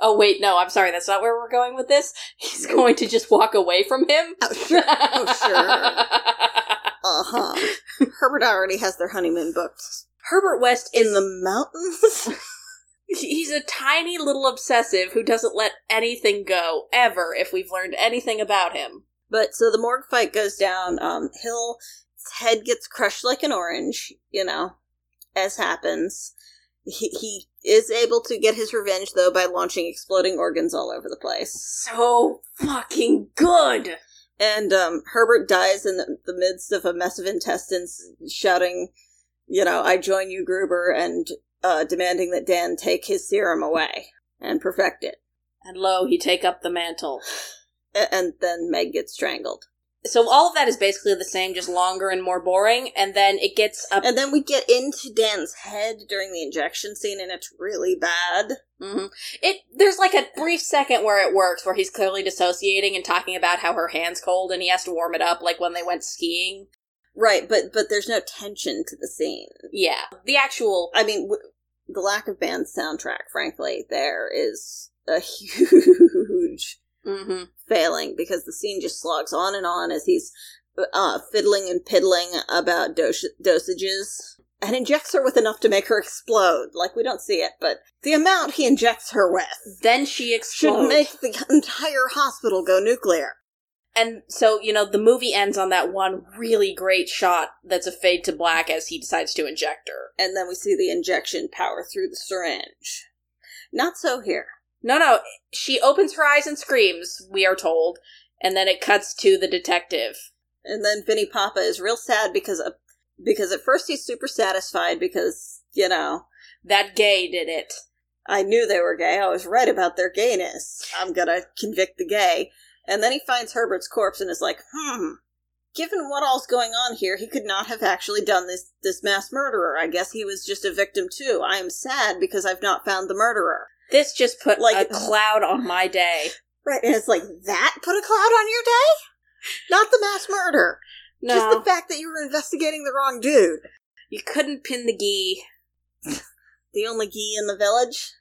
Speaker 1: Oh wait, no, I'm sorry, that's not where we're going with this. He's going to just walk away from him.
Speaker 2: oh sure Oh, uh-huh herbert already has their honeymoon booked
Speaker 1: Herbert West is
Speaker 2: in the mountains
Speaker 1: he's a tiny little obsessive who doesn't let anything go ever if we've learned anything about him.
Speaker 2: But so the morgue fight goes down. Um, Hill's head gets crushed like an orange, you know, as happens. He, he is able to get his revenge, though, by launching exploding organs all over the place.
Speaker 1: So fucking good.
Speaker 2: And um, Herbert dies in the, the midst of a mess of intestines, shouting, you know, I join you, Gruber, and uh, demanding that Dan take his serum away and perfect it.
Speaker 1: and lo, he take up the mantle.
Speaker 2: A- And then Meg gets strangled.
Speaker 1: So all of that is basically the same, just longer and more boring. And then it gets up.
Speaker 2: And then we get into Dan's head during the injection scene, and it's really bad.
Speaker 1: hmm It there's like a brief second where it works, where he's clearly dissociating and talking about how her hand's cold and he has to warm it up, like when they went skiing.
Speaker 2: Right, but but there's no tension to the scene.
Speaker 1: Yeah, the actual
Speaker 2: I mean, w- the lack of band soundtrack, frankly, there is a huge
Speaker 1: hmm
Speaker 2: failing because the scene just slogs on and on as he's uh, fiddling and piddling about dos- dosages and injects her with enough to make her explode. Like, we don't see it, but the amount he injects her with
Speaker 1: Then she
Speaker 2: should
Speaker 1: explodes.
Speaker 2: make the entire hospital go nuclear.
Speaker 1: And so, you know, the movie ends on that one really great shot that's a fade to black as he decides to inject her.
Speaker 2: And then we see the injection power through the syringe. Not so here.
Speaker 1: No, no, she opens her eyes and screams, we are told, and then it cuts to the detective.
Speaker 2: And then Vinny Papa is real sad because uh, because at first he's super satisfied because you know
Speaker 1: That gay did it.
Speaker 2: I knew they were gay. I was right about their gayness. I'm gonna convict the gay. And then he finds Herbert's corpse and is like, hmm. Given what all's going on here, he could not have actually done this this mass murderer. I guess he was just a victim too. I am sad because I've not found the murderer.
Speaker 1: This just put like
Speaker 2: Like-
Speaker 1: a cloud on my day.
Speaker 2: Right, and it's like that put a cloud on your day? Not the mass murder.
Speaker 1: No,
Speaker 2: Just the fact that you were investigating the wrong dude.
Speaker 1: you couldn't pin the gee.
Speaker 2: The only gee in the village.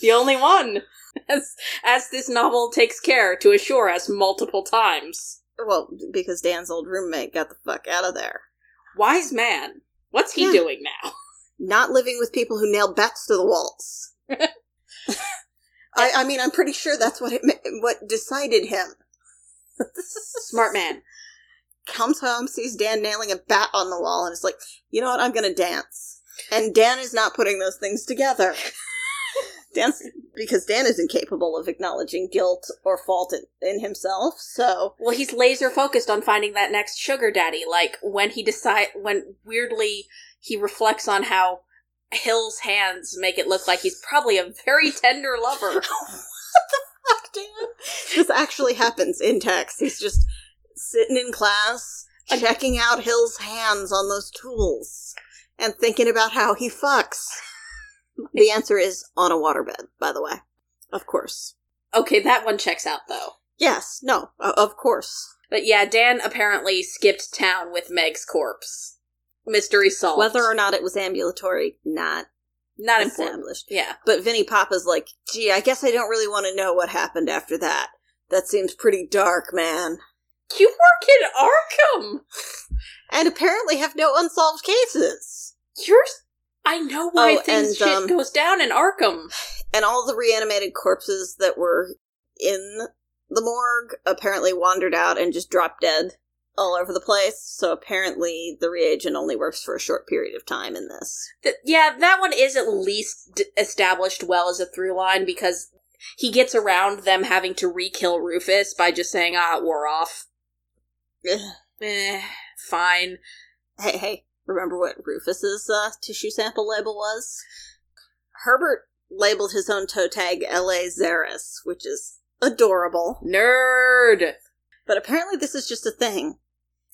Speaker 1: The only one, as as this novel takes care to assure us multiple times.
Speaker 2: Well, because Dan's old roommate got the fuck out of there.
Speaker 1: Wise man, what's he
Speaker 2: Yeah.
Speaker 1: doing now?
Speaker 2: Not living with people who nail bats to the walls. I, I mean, I'm pretty sure that's what it, ma- what decided him.
Speaker 1: Smart man.
Speaker 2: Comes home, sees Dan nailing a bat on the wall, and is like, you know what? I'm gonna dance. And Dan is not putting those things together. Dan's because Dan is incapable of acknowledging guilt or fault in, in himself. So
Speaker 1: Well, he's laser focused on finding that next sugar daddy. Like when he decide when weirdly he reflects on how Hill's hands make it look like he's probably a very tender lover.
Speaker 2: fuck, Dan. This actually happens in text. He's just sitting in class, checking out Hill's hands on those tools, and thinking about how he fucks. The answer is on a waterbed, by the way. Of course.
Speaker 1: okay, that one checks out though.
Speaker 2: Yes, no, o- of course.
Speaker 1: But yeah, Dan apparently skipped town with Meg's corpse. Mystery solved.
Speaker 2: Whether or not it was ambulatory, not
Speaker 1: not important.
Speaker 2: established.
Speaker 1: Yeah.
Speaker 2: But Vinnie Papa's like, gee, I guess I don't really want to know what happened after that. That seems pretty dark, man.
Speaker 1: You work in Arkham.
Speaker 2: And apparently have no unsolved cases.
Speaker 1: You're. s- I know why
Speaker 2: Oh,
Speaker 1: things
Speaker 2: and,
Speaker 1: shit
Speaker 2: um,
Speaker 1: goes down in Arkham.
Speaker 2: and all the reanimated corpses that were in the morgue apparently wandered out and just dropped dead all over the place. So apparently, the reagent only works for a short period of time in this.
Speaker 1: Th- yeah, that one is at least d- established well as a through line because he gets around them having to re-kill Rufus by just saying, "Ah, it wore off."
Speaker 2: Ugh.
Speaker 1: Eh, fine.
Speaker 2: hey, hey, remember what Rufus's uh, tissue sample label was? Herbert labeled his own toe tag "La Zaris," which is adorable.
Speaker 1: Nerd.
Speaker 2: But apparently, this is just a thing.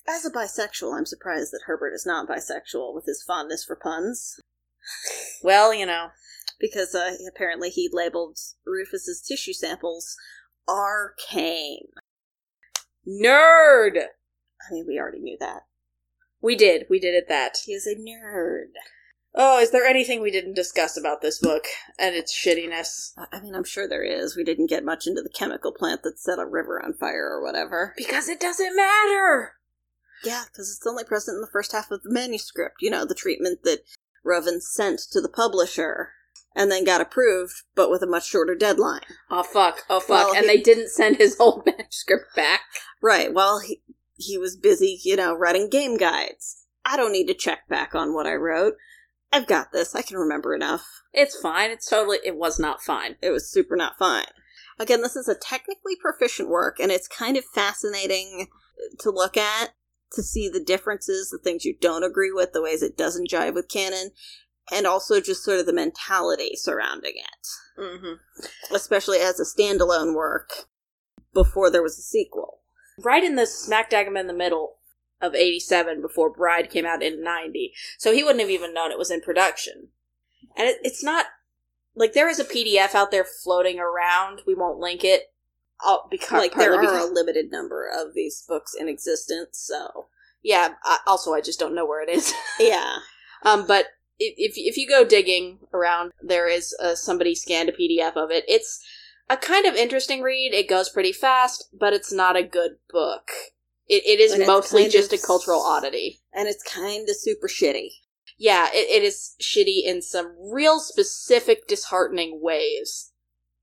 Speaker 2: As a bisexual, I'm surprised that Herbert is not bisexual with his fondness for puns.
Speaker 1: Well, you know.
Speaker 2: because uh, apparently he labeled Rufus's tissue samples arcane.
Speaker 1: Nerd.
Speaker 2: I mean, we already knew that.
Speaker 1: We did. We did it that.
Speaker 2: He is a nerd.
Speaker 1: Oh, is there anything we didn't discuss about this book and its shittiness?
Speaker 2: I- I mean, I'm sure there is. We didn't get much into the chemical plant that set a river on fire or whatever.
Speaker 1: Because it doesn't matter.
Speaker 2: Yeah, because it's only present in the first half of the manuscript. You know, the treatment that Revin sent to the publisher and then got approved, but with a much shorter deadline.
Speaker 1: Oh fuck. Oh fuck.
Speaker 2: Well,
Speaker 1: and
Speaker 2: he-
Speaker 1: they didn't send his old manuscript back.
Speaker 2: Right. Well, he he was busy, you know, writing game guides. I don't need to check back on what I wrote. I've got this. I can remember enough.
Speaker 1: It's fine. It's totally it was not fine.
Speaker 2: It was super not fine. Again, this is a technically proficient work and it's kind of fascinating to look at to see the differences, the things you don't agree with, the ways it doesn't jive with canon, and also just sort of the mentality surrounding it,
Speaker 1: Mhm.
Speaker 2: especially as a standalone work before there was a sequel.
Speaker 1: right in the smack dab in the middle of 87 before Bride came out in 90. So he wouldn't have even known it was in production. And it, it's not like there is a PDF out there floating around. We won't link it. i because
Speaker 2: like there
Speaker 1: partly
Speaker 2: are a
Speaker 1: because-
Speaker 2: limited number of these books in existence, so
Speaker 1: yeah. I, also, I just don't know where it is.
Speaker 2: yeah,
Speaker 1: Um, but if, if if you go digging around, there is uh, somebody scanned a PDF of it. It's a kind of interesting read. It goes pretty fast, but it's not a good book. It, it is
Speaker 2: And it's
Speaker 1: mostly
Speaker 2: kind
Speaker 1: just a
Speaker 2: of-
Speaker 1: cultural oddity.
Speaker 2: and it's kind of super shitty.
Speaker 1: Yeah, it, it is shitty in some real specific disheartening ways,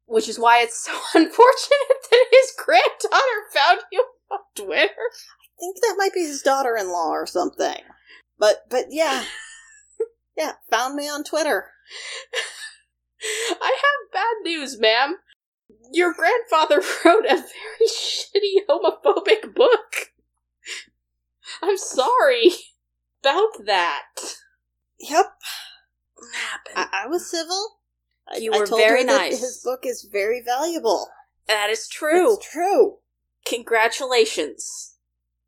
Speaker 1: which is why it's so unfortunate that his granddaughter found him on Twitter.
Speaker 2: I think that might be his daughter-in-law or something. But but yeah, yeah, found me on Twitter.
Speaker 1: I have bad news, ma'am. Your grandfather wrote a very shitty homophobic book. I'm sorry about that.
Speaker 2: Yep,
Speaker 1: Happened.
Speaker 2: I, I was civil. I,
Speaker 1: Uh, You
Speaker 2: I
Speaker 1: were
Speaker 2: told
Speaker 1: very
Speaker 2: her that
Speaker 1: nice.
Speaker 2: His book is very valuable.
Speaker 1: That is true.
Speaker 2: It's true.
Speaker 1: Congratulations.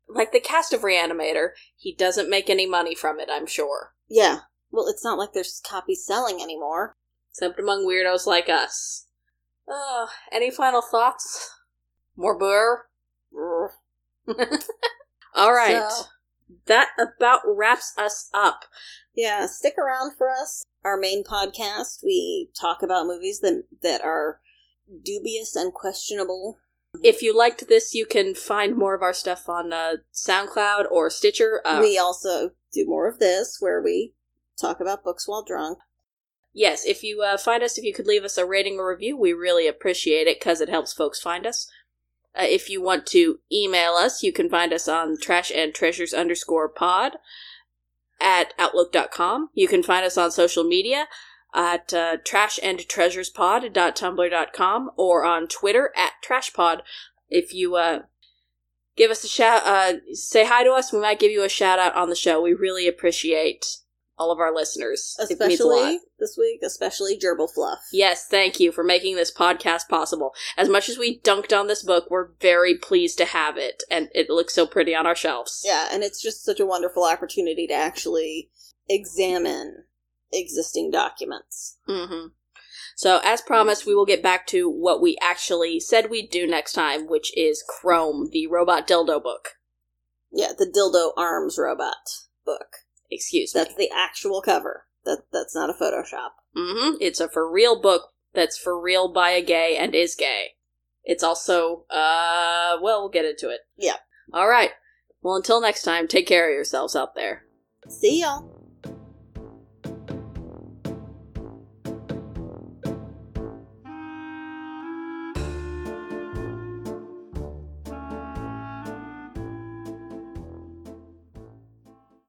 Speaker 1: Like the cast of Reanimator, he doesn't make any money from it, I'm sure.
Speaker 2: Yeah. Well, it's not like there's copies selling anymore.
Speaker 1: Except among weirdos like us. Oh, any final thoughts? More burr?
Speaker 2: Brr.
Speaker 1: All right.
Speaker 2: So-
Speaker 1: That about wraps us up.
Speaker 2: Yeah, stick around for us. Our main podcast, we talk about movies that that are dubious and questionable.
Speaker 1: If you liked this, you can find more of our stuff on uh, SoundCloud or Stitcher. Uh,
Speaker 2: we also do more of this where we talk about books while drunk.
Speaker 1: yes, if you uh, find us, if you could leave us a rating or review, we really appreciate it because it helps folks find us. Uh, if you want to email us, you can find us on trash and treasures underscore pod at outlook.com. You can find us on social media at uh, trash and treasures pod.tumblr.com or on Twitter at trashpod. If you uh, give us a shout, uh, say hi to us, we might give you a shout out on the show. We really appreciate all of our listeners. It means a lot.
Speaker 2: Especially this week, especially Gerbil Fluff.
Speaker 1: Yes, thank you for making this podcast possible. As much as we dunked on this book, we're very pleased to have it, and it looks so pretty on our shelves.
Speaker 2: Yeah, and it's just such a wonderful opportunity to actually examine existing documents.
Speaker 1: hmm So, as promised, we will get back to what we actually said we'd do next time, which is Chrome, the robot dildo book.
Speaker 2: Yeah, the dildo arms robot book.
Speaker 1: Excuse
Speaker 2: That's
Speaker 1: me.
Speaker 2: the actual cover. That that's not a Photoshop.
Speaker 1: hmm It's a for real book that's for real by a gay and is gay. It's also, uh, well, we'll get into it.
Speaker 2: Yeah.
Speaker 1: All right. Well, until next time, take care of yourselves out there.
Speaker 2: See y'all.